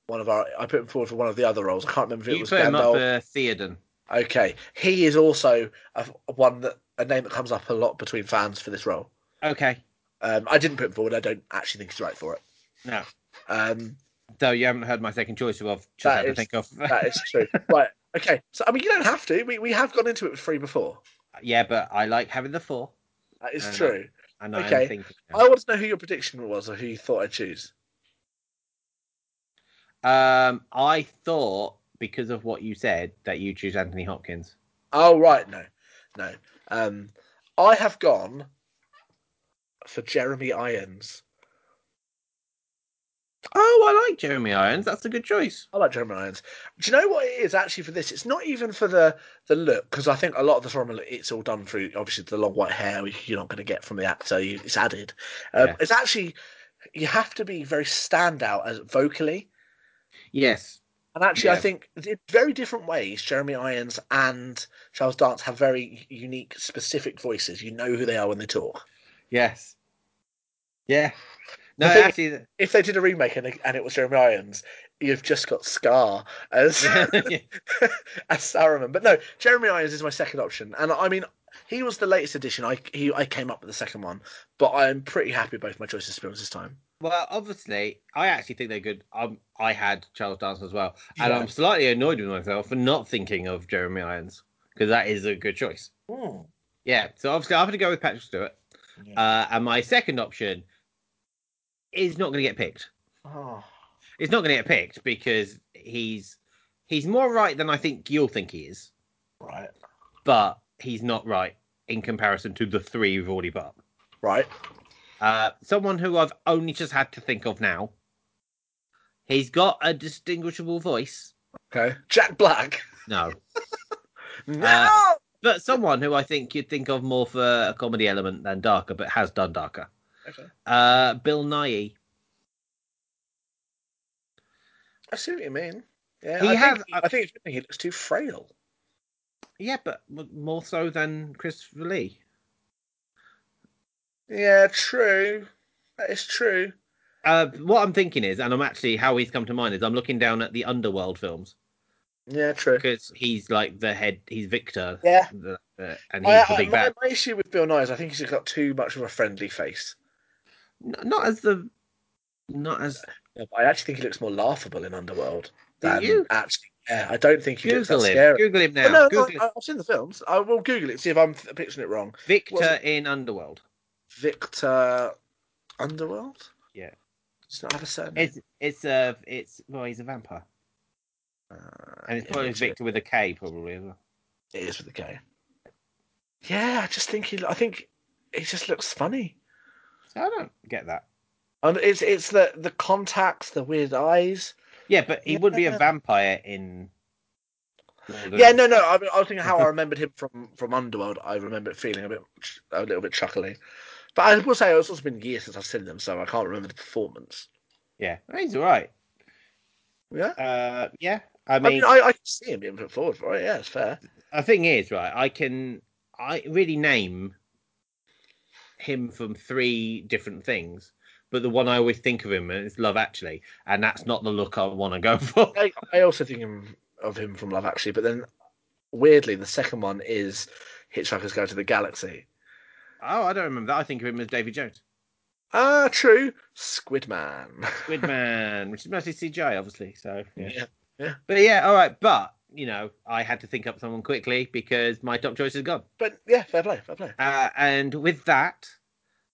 one of our, I put him forward for one of the other roles. I can't remember if it
you
was
put him up
Gandalf.
for Theoden.
Okay, he is also a, a one that a name that comes up a lot between fans for this role.
Okay.
Um, I didn't put him forward. I don't actually think he's right for it.
No.
Um,
So you haven't heard my second choice, who I've just
That
had to
is-
think of.
that is true. right. Okay. So I mean, you don't have to. We we have gone into it with three before.
[LAUGHS] yeah, but I like having the four,
That is
Fair enough.
true.
and I
Okay.
am thinking. now.
I want to know who your prediction was or who you thought I'd choose.
Um, I thought because of what you said that you choose Anthony Hopkins.
Oh right, no, no. Um, I have gone for Jeremy Irons.
Oh, I like Jeremy Irons. That's a good choice.
I like Jeremy Irons. Do you know what it is actually for this? It's not even for the the look because I think a lot of the formula it's all done through obviously the long white hair which you're not going to get from the actor. You, it's added. Um,
Yeah.
It's actually you have to be very standout as vocally.
Yes.
And actually, I
Yeah.
think in very different ways, Jeremy Irons and Charles Dance have very unique, specific voices. You know who they are when they talk.
Yes. Yeah. No,
The thing-
actually, [LAUGHS] th-
If they did a remake and, and it was Jeremy Irons, you've just got Scar as [LAUGHS] as Saruman. But no, Jeremy Irons is my second option, and I mean he was the latest addition. I he I came up with the second one, but I'm pretty happy with both my choices to be honest this time.
well, obviously, I actually think they're good. Um, I had Charles Dance as well, and
Yeah.
I'm slightly annoyed with myself for not thinking of Jeremy Irons because that is a good choice. Yeah. So obviously, I'm going to go with Patrick Stewart,
Yeah.
uh, and my second option is not going to get picked.
Oh.
He's not going to get picked because he's he's more right than I think you'll think he is,
Right,
but he's not right in comparison to the three we've already got.
right.
Uh, someone who I've only just had to think of now. He's got a distinguishable voice.
Okay, Jack Black.
No,
No.
but someone who I think you'd think of more for a comedy element than darker, but has done darker.
okay.
Uh, Bill Nye.
I see what you mean. Yeah,
He
I,
has-
think, I think it's- he looks too frail.
Yeah, but m- more so than Christopher Lee.
Yeah, true. That is true.
Uh, what I'm thinking is, and I'm actually how he's come to mind is I'm looking down at the Underworld films.
Yeah, true.
because he's like the head. He's Victor.
Yeah.
the- the- and he's
I,
the
I,
big
my,
bad.
my issue with Bill Nye is I think he's got too much of a friendly face.
N- Not as the. Not as.
I actually think he looks more laughable in Underworld
Do
than
you?
actually. Yeah, I don't think he looks that
Google him.
scary.
Google him now.
But no, uh,
Google
no,
him.
I, I've seen the films. I will Google it see if I'm th- picturing it wrong.
Victor
wasn't-
in Underworld.
Victor Underworld.
Yeah.
Does not have a surname.
It's it's a it's well he's a vampire
Uh,
and it's
yeah,
probably
that's it.
Victor with a K probably. As well.
It is with the K. Yeah, I just think he. I think he just looks funny.
So I don't get that.
And it's it's the the contacts, the weird eyes.
Yeah, but he would be a
Yeah.
vampire in.
Yeah, no, no. I, mean, I was thinking [LAUGHS] how I remembered him from from Underworld. I remember it feeling a bit a little bit chuckly. But I will say it's also been years since I've seen them, so I can't remember the performance.
Yeah, he's all right.
Yeah,
Uh, yeah, I
I mean,
mean,
I, I can see him being put forward for it. Yeah, it's fair.
the thing is, right, I can I really name him from three different things, but the one I always think of him is Love Actually, and that's not the look I want to go [LAUGHS] for.
I, I also think him, of him from Love Actually, but then weirdly, the second one is Hitchhiker's Guide to the Galaxy.
Oh, I don't remember that. I think of him as David Jones,
Ah, true. Squidman. [LAUGHS]
Squid Man, which is mostly CGI, obviously. So, yeah.
Yeah.
but yeah, all right, but you know, I had to think up someone quickly because my top choice is gone.
But yeah, fair play, fair play.
Uh, and with that,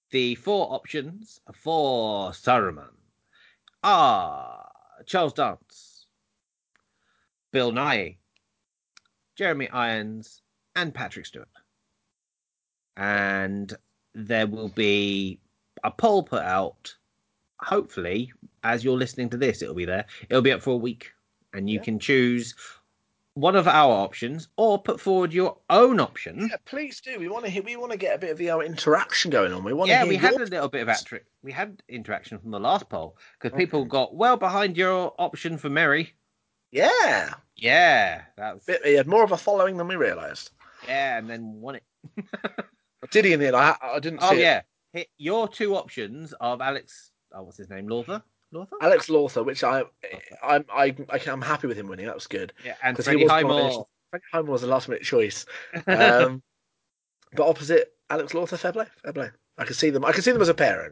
the four options for Saruman are Charles Dance, Bill Nye, Jeremy Irons, and Patrick Stewart. and there will be a poll put out. Hopefully, as you're listening to this, it'll be there. It'll be up for a week, and you
Yeah.
can choose one of our options or put forward your own option.
Yeah, please do. We want to hear. We want to get a bit of the uh, interaction going on. We want to
yeah,
hear
we
your
had a little bit of atri- we had interaction from the last poll because people got well behind your option for Mary.
Yeah,
Yeah, that was
Bit- he had more of a following than we realised.
yeah, and then won it.
Did he in the end? I, I didn't see
Oh
it.
yeah, Hit your two options of Alex. Oh, what's his name? Lawther. Lawther.
Alex Lawther, which I, I'm, I, I, I'm happy with him winning. That was good.
Yeah, and
'Cause he
Freddie
was
Highmore.
Frank Hyman was a last minute choice,
[LAUGHS]
um, but opposite Alex Lawther, fair play, fair play. I can see them. I can see them as a pairing.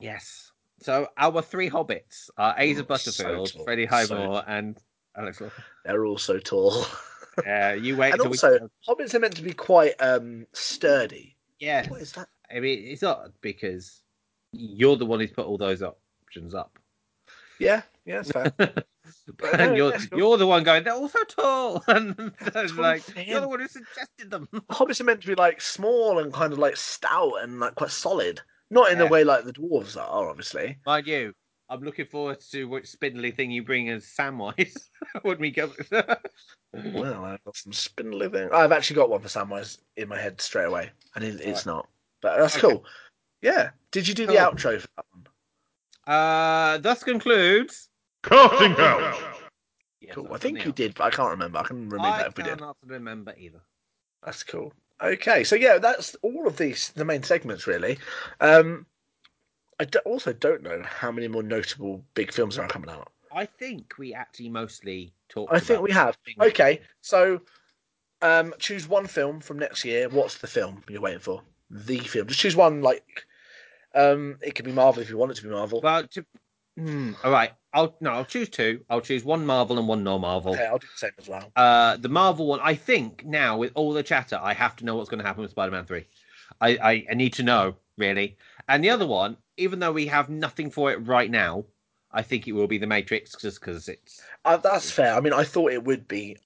yes. So our three hobbits are Asa
Mm,
Butterfield,
so tall,
Freddie
so
Highmore, and Alex. Lawther.
They're all so tall, [LAUGHS]
Yeah, you wait
and
till
also
we.
hobbits are meant to be quite um, sturdy.
Yeah,
What is that?
I mean it's odd because you're the one who's put all those options up.
Yeah, yeah, that's
[LAUGHS]
fair. But no,
and you're
yes, you're-
you're the one going. They're all so tall, [LAUGHS] and
That's what
like
I'm
you're the
saying.
one who suggested them. [LAUGHS]
hobbits are meant to be like small and kind of like stout and like quite solid. Not in
Yeah.
a way like the dwarves are, obviously.
Mind you, I'm looking forward to which spindly thing you bring as Samwise [LAUGHS] when we go. Mm-hmm.
Well, I've got some spindly thing. I've actually got one for Samwise in my head straight away, and it, it's not. But that's
Okay.
cool. Yeah. Did you do the
Cool.
outro for that one?
uh, thus concludes.
Casting Couch.
Yes,
Cool. I
that's
think
something
you
else.
did, but I can't remember. I can remember
I
if we did.
cannot remember either.
That's cool. Okay, so yeah, that's all of these the main segments really. Um, I do- also don't know how many more notable big films are coming out.
I think we actually mostly talked.
I think
about
we have.
things.
Okay, so um, choose one film from next year. What's the film you're waiting for? The film. Just choose one. Like, um, it could be Marvel if you want it to be Marvel.
Well, to,
Hmm,
all right. I'll no. I'll choose two. I'll choose one Marvel and one non-Marvel.
okay, I'll do the same as well.
Uh, the Marvel one, I think now with all the chatter, I have to know what's going to happen with Spider-Man three. I, I I need to know really. And the other one, even though we have nothing for it right now, I think it will be the Matrix just because it's
Uh, that's fair. I mean, I thought it would be.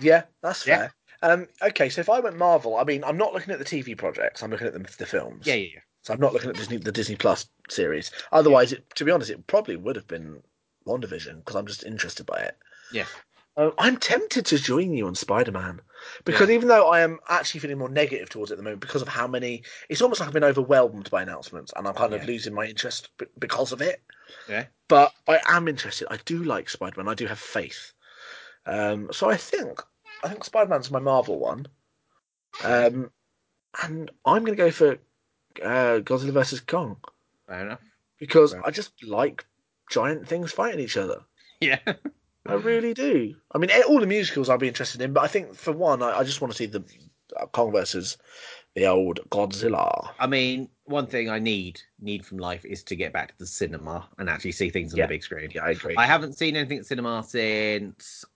Yeah, that's
Yeah.
fair. Um, okay, so if I went Marvel, I mean, I'm not looking at the TV projects. I'm looking at the, the films.
yeah yeah yeah.
So I'm not looking at Disney, the Disney Plus series. Otherwise, it, to be honest, it probably would have been WandaVision because I'm just interested by it.
Yeah.
Uh, I'm tempted to join you on Spider Man because even though I am actually feeling more negative towards it at the moment because of how many, it's almost like I've been overwhelmed by announcements and I'm kind of
Yeah.
losing my interest b- because of it.
Yeah.
But I am interested. I do like Spider Man. I do have faith. Um, so I think I think Spider Man's my Marvel one. Um, and I'm going to go for uh, Godzilla versus Kong
Fair enough. [LAUGHS]
because
Right.
I just like giant things fighting each other.
Yeah.
I really do. I mean, eh, all the musicals I'd be interested in, but I think for one, I, I just want to see the uh, Kong versus the old Godzilla.
I mean, one thing I need need from life is to get back to the cinema and actually see things on
Yeah.
the big screen.
Yeah, I agree.
I haven't seen anything at cinema since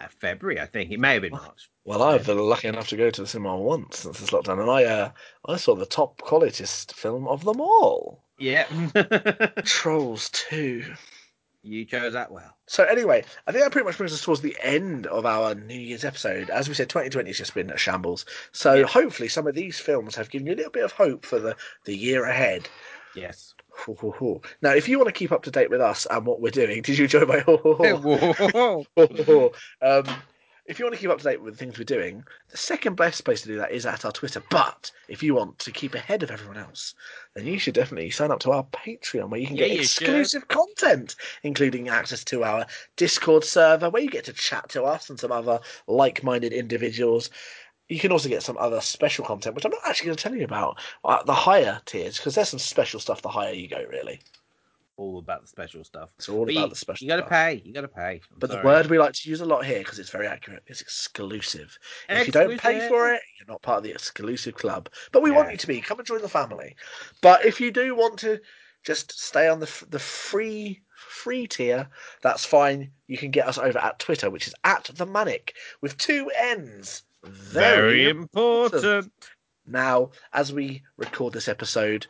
uh, February, I think. It may have been March.
well, I've been lucky enough to go to the cinema once since this lockdown, and I uh, I saw the top quality film of them all,
Yeah. [LAUGHS]
Trolls Two.
you chose that well.
So anyway, I think that pretty much brings us towards the end of our New Year's episode. As we said, 2020 has just been a shambles. So
Yeah.
hopefully, some of these films have given you a little bit of hope for the the year ahead.
Yes.
Ho, ho, ho. Now, if you want to keep up to date with us and what we're doing, did you enjoy my [LAUGHS] ho, ho, ho?
[LAUGHS] Whoa.
Ho, ho, ho. um, if you want to keep up to date with the things we're doing, the second best place to do that is at our Twitter. But if you want to keep ahead of everyone else, then you should definitely sign up to our Patreon, where you can
Yeah,
get
you
exclusive content, including access to our Discord server, where you get to chat to us and some other like-minded individuals. You can also get some other special content, which I'm not actually going to tell you about at the higher tiers, because there's some special stuff the higher you go, really.
all about the special stuff.
It's all
But
about
you,
the special
you gotta
stuff.
pay. You gotta pay. I'm
But the
sorry.
word we like to use a lot here, because it's very accurate, is exclusive. If you don't pay
Exclusive.
for it, you're not part of the exclusive club. But we want
Yeah.
you to be. Come and join the family. But if you do want to just stay on the f- the free free tier, that's fine. You can get us over at Twitter, which is at the Manic with two N's.
very
important.
important.
Now, as we record this episode,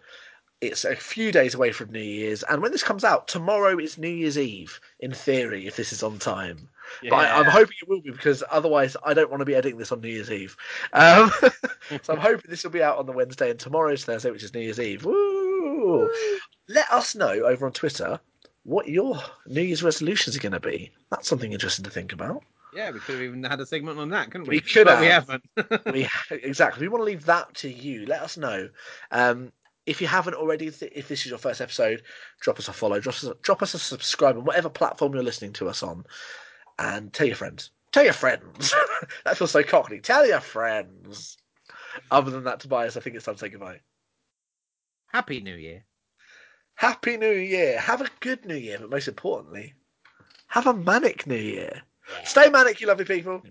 it's a few days away from New Year's, and when this comes out, tomorrow is New Year's Eve, in theory, if this is on time. But I, I'm hoping it will be because otherwise I don't want to be editing this on New Year's Eve. Um, [LAUGHS] so I'm hoping this will be out on the Wednesday and tomorrow's Thursday, which is New Year's Eve. Woo! Let us know over on Twitter what your New Year's resolutions are going to be. That's something interesting to think about.
Yeah, we could have even had a segment on that, couldn't we?
We could
but we
have.
haven't.
we [LAUGHS] exactly. We want to leave that to you. Let us know. Um, if you haven't already, th- if this is your first episode, drop us a follow, drop us a, drop us a subscribe on whatever platform you're listening to us on, and tell your friends. Tell your friends. [LAUGHS] that feels so cockney. Tell your friends. Other than that, Tobias, I think it's time to say goodbye.
Happy New Year.
Happy New Year. Have a good New Year, but most importantly, have a manic New Year. Stay manic, you lovely people.